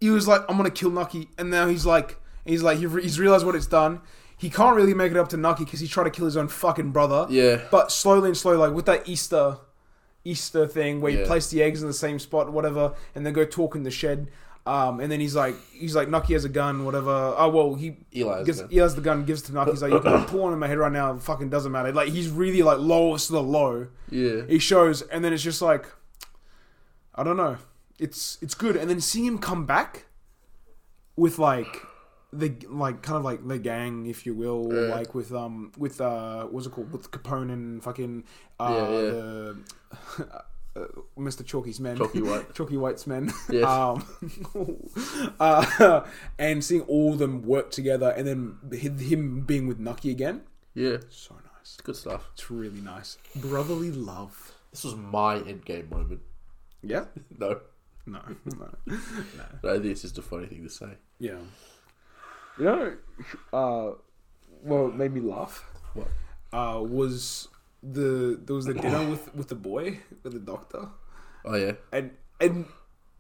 Speaker 2: he was like I'm gonna kill Nucky, and now he's like he's like he re- he's realized what it's done. He can't really make it up to Nucky because he tried to kill his own fucking brother.
Speaker 1: Yeah.
Speaker 2: But slowly and slowly, like with that Easter Easter thing where you
Speaker 1: Yeah.
Speaker 2: place the eggs in the same spot, whatever, and then go talk in the shed. Um, and then he's like, he's like, Nucky has a gun, whatever. Oh well, he
Speaker 1: Eli has
Speaker 2: gives,
Speaker 1: a gun.
Speaker 2: he has the gun, gives it to Nucky. He's like, you can [COUGHS] pull one in my head right now. It fucking doesn't matter. Like he's really like lowest of the low
Speaker 1: yeah.
Speaker 2: he shows, and then it's just like, I don't know. It's it's good, and then seeing him come back with like the like kind of like the gang, if you will, or
Speaker 1: Yeah.
Speaker 2: like with um with uh what's it called with Capone and fucking uh
Speaker 1: Yeah, yeah.
Speaker 2: the [LAUGHS] uh, Mr. Chalky's men, [LAUGHS]
Speaker 1: Chalky White.
Speaker 2: Chalky White's men,
Speaker 1: Yes.
Speaker 2: [LAUGHS] um, [LAUGHS] uh, and seeing all of them work together, and then hi- him being with Nucky again,
Speaker 1: Yeah, it's
Speaker 2: so nice.
Speaker 1: good stuff.
Speaker 2: It's really nice. Brotherly love.
Speaker 1: This was my endgame moment.
Speaker 2: Yeah.
Speaker 1: No,
Speaker 2: [LAUGHS] No. No.
Speaker 1: no, this is the funny thing to say.
Speaker 2: Yeah. You know, uh, well, it made me laugh.
Speaker 1: What?
Speaker 2: Uh, was the there was the dinner with with the boy with the doctor
Speaker 1: Oh yeah,
Speaker 2: and and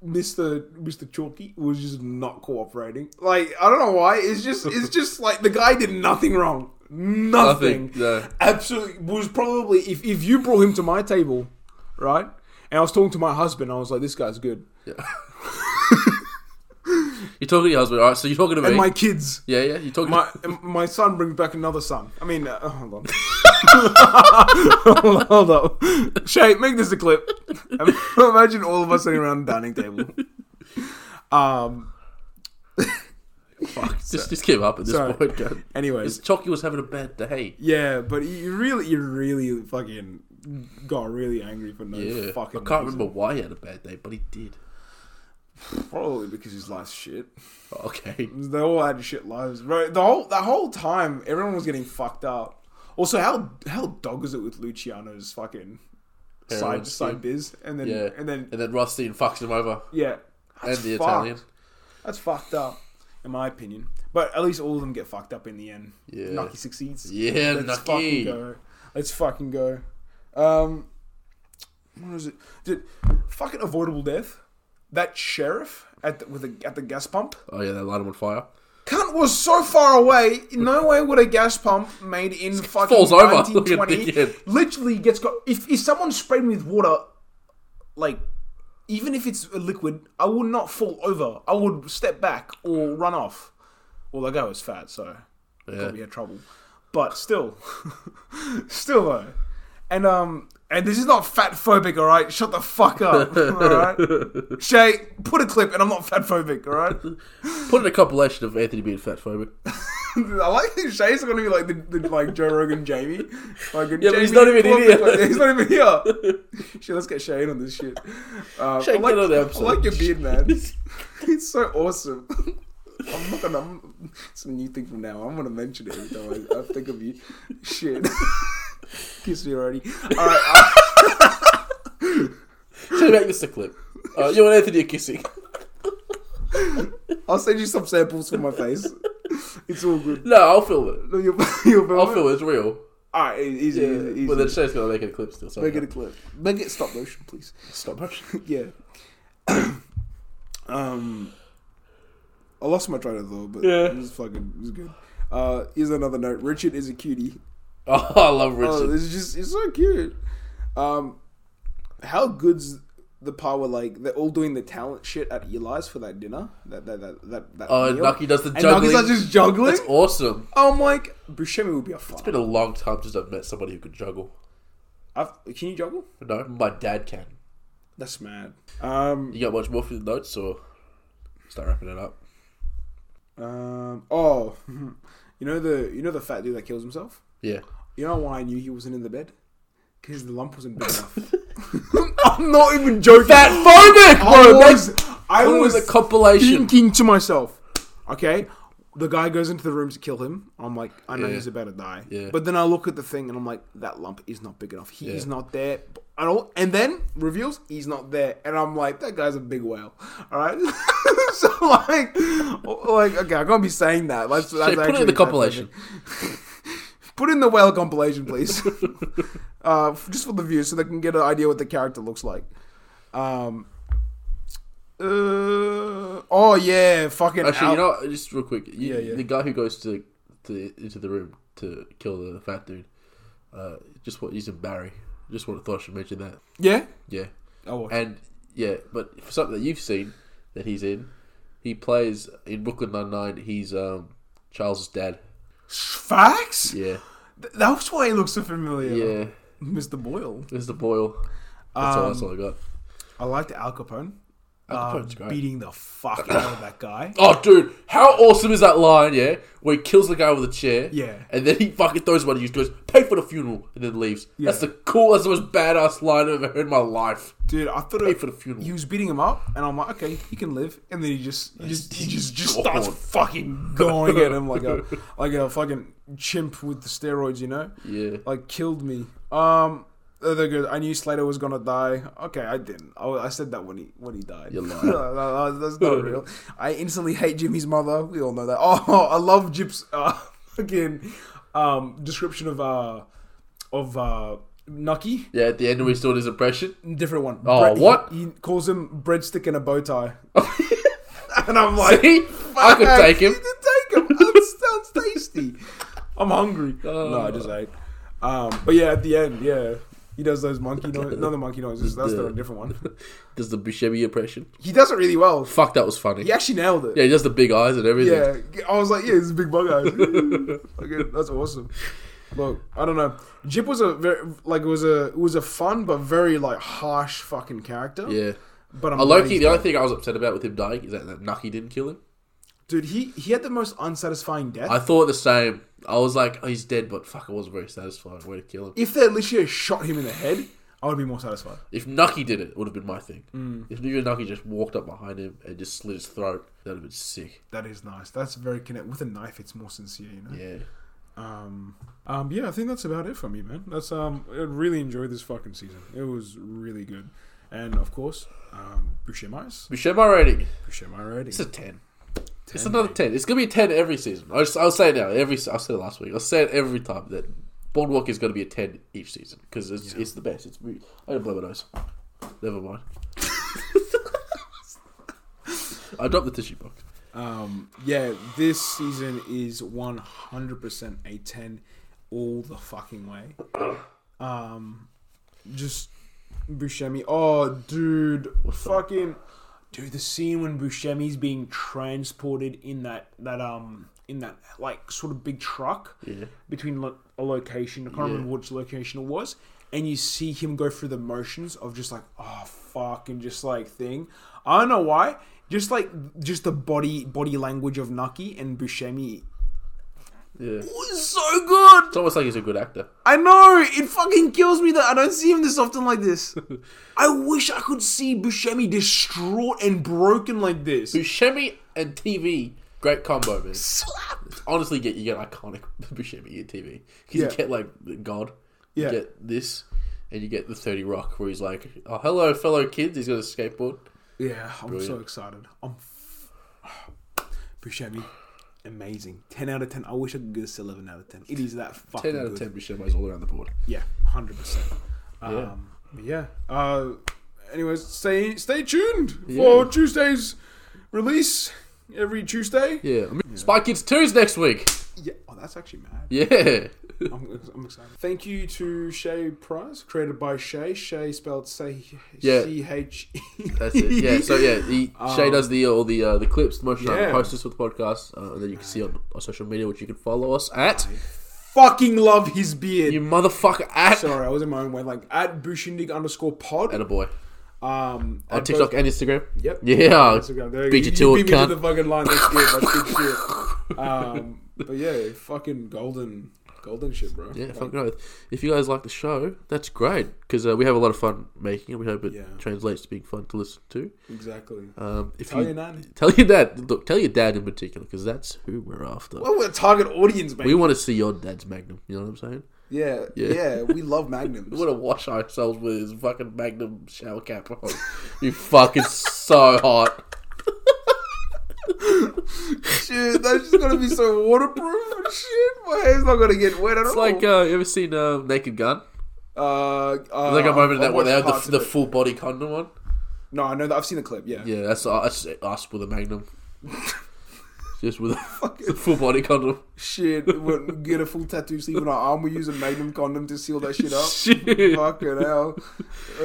Speaker 2: Mr. Mr. Chalky was just not cooperating. Like I don't know why. It's just it's just like the guy did nothing wrong. Nothing.
Speaker 1: Nothing, no.
Speaker 2: Absolutely was probably if if you brought him to my table, right? And I was talking to my husband. I was like, this guy's good.
Speaker 1: yeah. [LAUGHS] you're talking to your husband, all right? So you're talking to me.
Speaker 2: And my kids.
Speaker 1: yeah, yeah. You're talking.
Speaker 2: My my son brings back another son. I mean, uh, hold on. [LAUGHS] hold on, hold on. Shay, make this a clip. [LAUGHS] Imagine all of us sitting around the dining table. Um.
Speaker 1: fuck, just, just give up at this
Speaker 2: sorry.
Speaker 1: point, guys.
Speaker 2: Anyways,
Speaker 1: This Chalky was having a bad day.
Speaker 2: yeah, but you really, you really fucking got really angry for no
Speaker 1: Yeah, I
Speaker 2: fucking.
Speaker 1: can't
Speaker 2: reason.
Speaker 1: remember why he had a bad day, but he did.
Speaker 2: Probably because his life's shit.
Speaker 1: Oh, Okay,
Speaker 2: They all had shit lives, bro. The whole the whole time, everyone was getting fucked up. Also, how how dog is it with Luciano's fucking
Speaker 1: Heroin
Speaker 2: side side
Speaker 1: scheme.
Speaker 2: biz, and then
Speaker 1: yeah,
Speaker 2: and then
Speaker 1: and then Rusty and fucks him over,
Speaker 2: yeah,
Speaker 1: and
Speaker 2: That's
Speaker 1: the
Speaker 2: fucked.
Speaker 1: Italian.
Speaker 2: That's fucked up, in my opinion. But at least all of them get fucked up in the end.
Speaker 1: Yeah.
Speaker 2: Nucky succeeds.
Speaker 1: Yeah,
Speaker 2: Let's fucking
Speaker 1: Nucky.
Speaker 2: go. Let's fucking go. Um, what was it? Did fucking avoidable death? That sheriff at the, with the, at the gas pump.
Speaker 1: Oh yeah, they light him on fire.
Speaker 2: Cunt was so far away. No way would a gas pump made in fucking
Speaker 1: falls over. [LAUGHS] Look at
Speaker 2: 1920
Speaker 1: the end.
Speaker 2: literally gets got. If if someone sprayed me with water, like even if it's a liquid, I would not fall over. I would step back or run off. Well, the guy was fat, so
Speaker 1: Yeah,
Speaker 2: probably had trouble. But still, [LAUGHS] still though, and um, and this is not fat phobic, all right. Shut the fuck up,
Speaker 1: [LAUGHS]
Speaker 2: all right. Shay, put a clip, and I'm not fat phobic, all right.
Speaker 1: put in a compilation of Anthony being fatphobic.
Speaker 2: I like that Shay's gonna be like the, the like Joe Rogan Jamie. Like, yeah,
Speaker 1: but he's not even in here.
Speaker 2: he's not
Speaker 1: [LAUGHS]
Speaker 2: even here. Shit, let's get Shane on this shit. Um,
Speaker 1: Shane,
Speaker 2: I like,
Speaker 1: get on the
Speaker 2: I like
Speaker 1: episode.
Speaker 2: your
Speaker 1: [LAUGHS]
Speaker 2: beard, man. [LAUGHS] it's so awesome. [LAUGHS] I'm not gonna. I'm, it's a new thing from now. I'm gonna mention it every time I, I think of you. Shit. [LAUGHS] Kiss me already. All right. I-
Speaker 1: Should we make this a clip? Uh, you and Anthony are kissing. [LAUGHS]
Speaker 2: I'll send you some samples for my face. It's all good.
Speaker 1: No, I'll film it.
Speaker 2: [LAUGHS] No, you'll, you'll
Speaker 1: I'll film it. It's real.
Speaker 2: All right. e-, Easy.
Speaker 1: Yeah.
Speaker 2: easy, easy.
Speaker 1: Well, then Shane's gonna make it a clip still. So
Speaker 2: Make it a clip. Make it stop motion, please.
Speaker 1: stop motion.
Speaker 2: [LAUGHS] yeah. [COUGHS] um, I lost my train of thought, but
Speaker 1: Yeah.
Speaker 2: it was fucking it was good. Uh, here's another note. Richard is a cutie.
Speaker 1: [LAUGHS] Oh, I love
Speaker 2: Oh,
Speaker 1: Richard.
Speaker 2: it's just it's so cute. Um, how good's the part where like they're all doing the talent shit at Eli's for that dinner? That that that that. that
Speaker 1: Oh, and
Speaker 2: meal?
Speaker 1: Nucky does the
Speaker 2: And Nucky's
Speaker 1: juggling.
Speaker 2: like just juggling.
Speaker 1: That's awesome.
Speaker 2: I'm like Buscemi would be a fun.
Speaker 1: It's been a long time since I've met somebody who could juggle.
Speaker 2: I've- Can you juggle?
Speaker 1: No, my dad can.
Speaker 2: That's mad. Um,
Speaker 1: You got much more for the notes, or start wrapping it up?
Speaker 2: um. Oh, [LAUGHS] you know the you know the fat dude that kills himself.
Speaker 1: Yeah.
Speaker 2: You know why I knew he wasn't in the bed? Because the lump wasn't
Speaker 1: [LAUGHS]
Speaker 2: big enough. [LAUGHS] I'm not even joking.
Speaker 1: Fatphobic,
Speaker 2: I
Speaker 1: bro.
Speaker 2: was, I
Speaker 1: That was
Speaker 2: was
Speaker 1: a compilation.
Speaker 2: thinking to myself, okay, the guy goes into the room to kill him. I'm like, I know
Speaker 1: Yeah.
Speaker 2: he's about to die.
Speaker 1: Yeah.
Speaker 2: But then I look at the thing and I'm like, that lump is not big enough. He is
Speaker 1: Yeah.
Speaker 2: not there at all. And then reveals he's not there. And I'm like, that guy's a big whale. All right. [LAUGHS] so like, like okay, I can't be saying that. That's, that's
Speaker 1: Shane, put it
Speaker 2: actually
Speaker 1: in the compilation.
Speaker 2: Put in the whale
Speaker 1: [LAUGHS]
Speaker 2: compilation, please. uh, f- just for the viewers, so they can get an idea what the character looks like. Um, uh, oh yeah, fucking.
Speaker 1: Actually,
Speaker 2: Al-
Speaker 1: you know, what? just real quick, you,
Speaker 2: Yeah, yeah.
Speaker 1: the guy who goes to, to into the room to kill the fat dude, uh, just what he's in Barry. Just what I thought I should mention that.
Speaker 2: yeah.
Speaker 1: Yeah,
Speaker 2: Oh,
Speaker 1: and yeah, but for something that you've seen that he's in, he plays in Brooklyn Nine Nine. He's um Charles's dad.
Speaker 2: facts.
Speaker 1: Yeah,
Speaker 2: Th- That's why he looks so familiar.
Speaker 1: yeah.
Speaker 2: Mr. Boyle.
Speaker 1: There's the Boyle. That's all. That's
Speaker 2: Um,
Speaker 1: all I got.
Speaker 2: I liked Al Capone. uh,
Speaker 1: Capone's great.
Speaker 2: beating
Speaker 1: [COUGHS]
Speaker 2: the fuck out of that guy.
Speaker 1: Oh, dude, how awesome is that line? Yeah, where he kills the guy with a chair.
Speaker 2: Yeah.
Speaker 1: and then he fucking throws one at you. Goes pay for the funeral and then leaves. That's the cool. That's the most badass line I've ever heard in my life.
Speaker 2: Dude, I thought
Speaker 1: Pay
Speaker 2: it,
Speaker 1: for the funeral.
Speaker 2: he was beating him up, and I'm like, okay, he can live. And then he just, he just, he just, just
Speaker 1: gone.
Speaker 2: starts fucking going at him
Speaker 1: [LAUGHS]
Speaker 2: like a, like a fucking chimp with the steroids, you know?
Speaker 1: Yeah.
Speaker 2: Like killed me. Um, they're good. I knew Slater was gonna die. Okay, I didn't. I, I said that when he when he died. [LAUGHS]
Speaker 1: You're lying.
Speaker 2: No, no, no, that's
Speaker 1: [LAUGHS]
Speaker 2: not real. I instantly hate Jimmy's mother. We all know that. [LAUGHS] Oh, I love Jip's uh, [LAUGHS] fucking um description of uh of uh Nucky.
Speaker 1: Yeah, at the end we saw his
Speaker 2: [LAUGHS]
Speaker 1: impression.
Speaker 2: Different one.
Speaker 1: Oh,
Speaker 2: he-
Speaker 1: what?
Speaker 2: He, calls him breadstick and a bow tie. [LAUGHS] and I'm
Speaker 1: [LAUGHS]
Speaker 2: like,
Speaker 1: See? I could
Speaker 2: "Fuck,
Speaker 1: take him." [LAUGHS]
Speaker 2: You could take him. That sounds tasty. I'm
Speaker 1: [LAUGHS]
Speaker 2: hungry.
Speaker 1: Oh.
Speaker 2: No, I just ate. Um, but yeah, at the end, yeah, he does those monkey noises. No, the monkey noises. That's the
Speaker 1: Yeah.
Speaker 2: different one.
Speaker 1: Does the Buscemi impression?
Speaker 2: He does it really well.
Speaker 1: Fuck, that was funny.
Speaker 2: He actually nailed it.
Speaker 1: yeah, he does the big eyes and everything.
Speaker 2: Yeah, I was like, yeah, it's big
Speaker 1: [LAUGHS]
Speaker 2: bug eyes. [LAUGHS] okay, that's awesome. Look, I don't know. Jip was a very like it was a it was a fun but very like harsh fucking character.
Speaker 1: yeah.
Speaker 2: But I'm
Speaker 1: Uh,
Speaker 2: glad
Speaker 1: Loki,
Speaker 2: he's
Speaker 1: the only thing I was upset about with him dying is that, that Nucky didn't kill him.
Speaker 2: Dude, he, he had the most unsatisfying death.
Speaker 1: I thought the same. I was like, oh, he's dead, but fuck, I wasn't very satisfied. Way to kill him.
Speaker 2: if they literally shot him in the head, I would be more satisfied.
Speaker 1: If Nucky did it, it would have been my thing. If New Nucky just walked up behind him and just slit his throat, that would have been sick.
Speaker 2: That is nice. That's very connect with a knife. It's more sincere, you know.
Speaker 1: Yeah.
Speaker 2: Um, um, yeah, I think that's about it for me, man. That's um, I really enjoyed this fucking season. It was really good, and of course, um, Boucher Mice,
Speaker 1: We share my rating.
Speaker 2: Boucher My rating.
Speaker 1: It's a 10. It's another 10. It's going to be a 10 every season. I was, I was saying now, every, se- I said it last week. I said it every time that Boardwalk is going to be a 10 each season because it's, it's the best. It's I'm going to blow my nose. Never [LAUGHS] mind. I dropped the tissue box.
Speaker 2: Um, yeah, this season is 100% a 10 all the fucking way. Um, just Buscemi. Oh, dude. fucking. Dude, the scene when Buscemi's being transported in that, that, um, in that, like, sort of big truck
Speaker 1: Yeah.
Speaker 2: between lo- a location, I can't remember which location it was, and you see him go through the motions of just like, oh fuck, and just like thing. I don't know why. Just like just the body body language of Nucky and Buscemi
Speaker 1: Yeah.
Speaker 2: was so good.
Speaker 1: It's almost like he's a good actor.
Speaker 2: I know it fucking kills me that I don't see him this often
Speaker 1: [LAUGHS]
Speaker 2: like this. I wish I could see Buscemi distraught and broken like this.
Speaker 1: Buscemi and TV, great combo, man.
Speaker 2: Slap.
Speaker 1: honestly get you get iconic [LAUGHS] Buscemi in TV because
Speaker 2: Yeah.
Speaker 1: you get like the God,
Speaker 2: Yeah.
Speaker 1: you get this, and you get the Thirty Rock where he's like, "Oh, hello, fellow kids." He's got a skateboard.
Speaker 2: Yeah, I'm so excited. I'm f- [SIGHS] Buscemi, amazing. Ten out of ten. I wish I could give this eleven out of ten. It is that fucking
Speaker 1: Ten out of
Speaker 2: good.
Speaker 1: ten Buscemi's all around the board.
Speaker 2: Yeah, hundred percent. Um, but yeah. Uh, anyways, stay stay tuned for Tuesday's release every Tuesday.
Speaker 1: Yeah, I mean, Spy Kids 2's next week.
Speaker 2: Yeah. Oh, that's actually mad.
Speaker 1: Yeah,
Speaker 2: I'm, I'm excited. Thank you to Shay Price, created by Shay. Shay spelled say
Speaker 1: Yeah.
Speaker 2: C H E.
Speaker 1: [LAUGHS] that's it. Yeah,
Speaker 2: [LAUGHS]
Speaker 1: so yeah, the, Shay does the all the uh, the clips, the motion
Speaker 2: Yeah.
Speaker 1: yeah. posts us for the podcast, uh, and then you can see on our social media, which you can follow us at
Speaker 2: Fucking love his beard.
Speaker 1: you motherfucker at
Speaker 2: Sorry, I was in my own way. Like at Bushindig underscore pod.
Speaker 1: and a boy
Speaker 2: Um,
Speaker 1: on
Speaker 2: at
Speaker 1: TikTok
Speaker 2: both-
Speaker 1: and Instagram.
Speaker 2: Yep.
Speaker 1: Yeah,
Speaker 2: Instagram. There you
Speaker 1: beat
Speaker 2: go.
Speaker 1: you to
Speaker 2: beat
Speaker 1: it,
Speaker 2: me to the
Speaker 1: cunt.
Speaker 2: fucking line. That's good.
Speaker 1: [LAUGHS]
Speaker 2: That's good shit. Um, but yeah, fucking golden, golden shit, bro.
Speaker 1: Yeah, fuck oath. If you guys like the show, that's great because uh, we have a lot of fun making it. We hope it
Speaker 2: Yeah.
Speaker 1: translates to being fun to listen to.
Speaker 2: Exactly.
Speaker 1: Um, if
Speaker 2: Tell
Speaker 1: you
Speaker 2: your nan.
Speaker 1: tell your dad, look, tell your dad in particular because that's who we're after.
Speaker 2: Well, we're a target audience, mate.
Speaker 1: we want to see your dad's Magnum. You know what I'm saying?
Speaker 2: yeah, yeah,
Speaker 1: Yeah.
Speaker 2: we love
Speaker 1: We [LAUGHS]
Speaker 2: magnums.
Speaker 1: want to wash ourselves with his fucking Magnum shower cap on. [LAUGHS] you fucking so hot.
Speaker 2: shit, that's just gonna be so waterproof and shit. My hair's not gonna get wet at
Speaker 1: It's
Speaker 2: all.
Speaker 1: like uh, you ever seen uh, Naked Gun?
Speaker 2: uh, uh,
Speaker 1: There's like a moment in
Speaker 2: I've
Speaker 1: that where they
Speaker 2: watched
Speaker 1: have
Speaker 2: parts
Speaker 1: the,
Speaker 2: of
Speaker 1: the
Speaker 2: it.
Speaker 1: full body condom on.
Speaker 2: No, I know that. I've seen the clip. Yeah.
Speaker 1: Yeah, that's us, us with a [LAUGHS] Magnum. Just with a [LAUGHS] full body condom.
Speaker 2: Shit, we get a full tattoo sleeve on our arm. We use a magnum condom to seal that shit
Speaker 1: [LAUGHS]
Speaker 2: up.
Speaker 1: Shit.
Speaker 2: Fucking hell.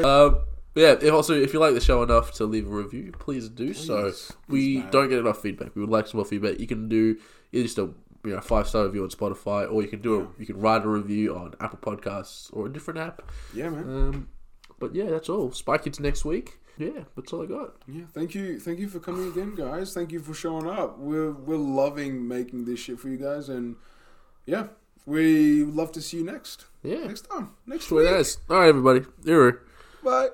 Speaker 1: Um, yeah. If also, if you like the show enough to leave a review, please do so.
Speaker 2: Please,
Speaker 1: We
Speaker 2: man.
Speaker 1: don't get enough feedback. We would like some more feedback. You can do either just a you know five star review on Spotify, or you can do a you can write a review on Apple Podcasts or a different app.
Speaker 2: Yeah, man.
Speaker 1: Um, but yeah, that's all. Spike Kids next week. Yeah, that's all I got.
Speaker 2: Yeah, thank you, thank you for coming again, guys. Thank you for showing up. We're we're loving making this shit for you guys, and yeah, we love to see you next
Speaker 1: Yeah.
Speaker 2: next time next
Speaker 1: Sweet
Speaker 2: week.
Speaker 1: ass. All right, everybody. Here.
Speaker 2: Bye.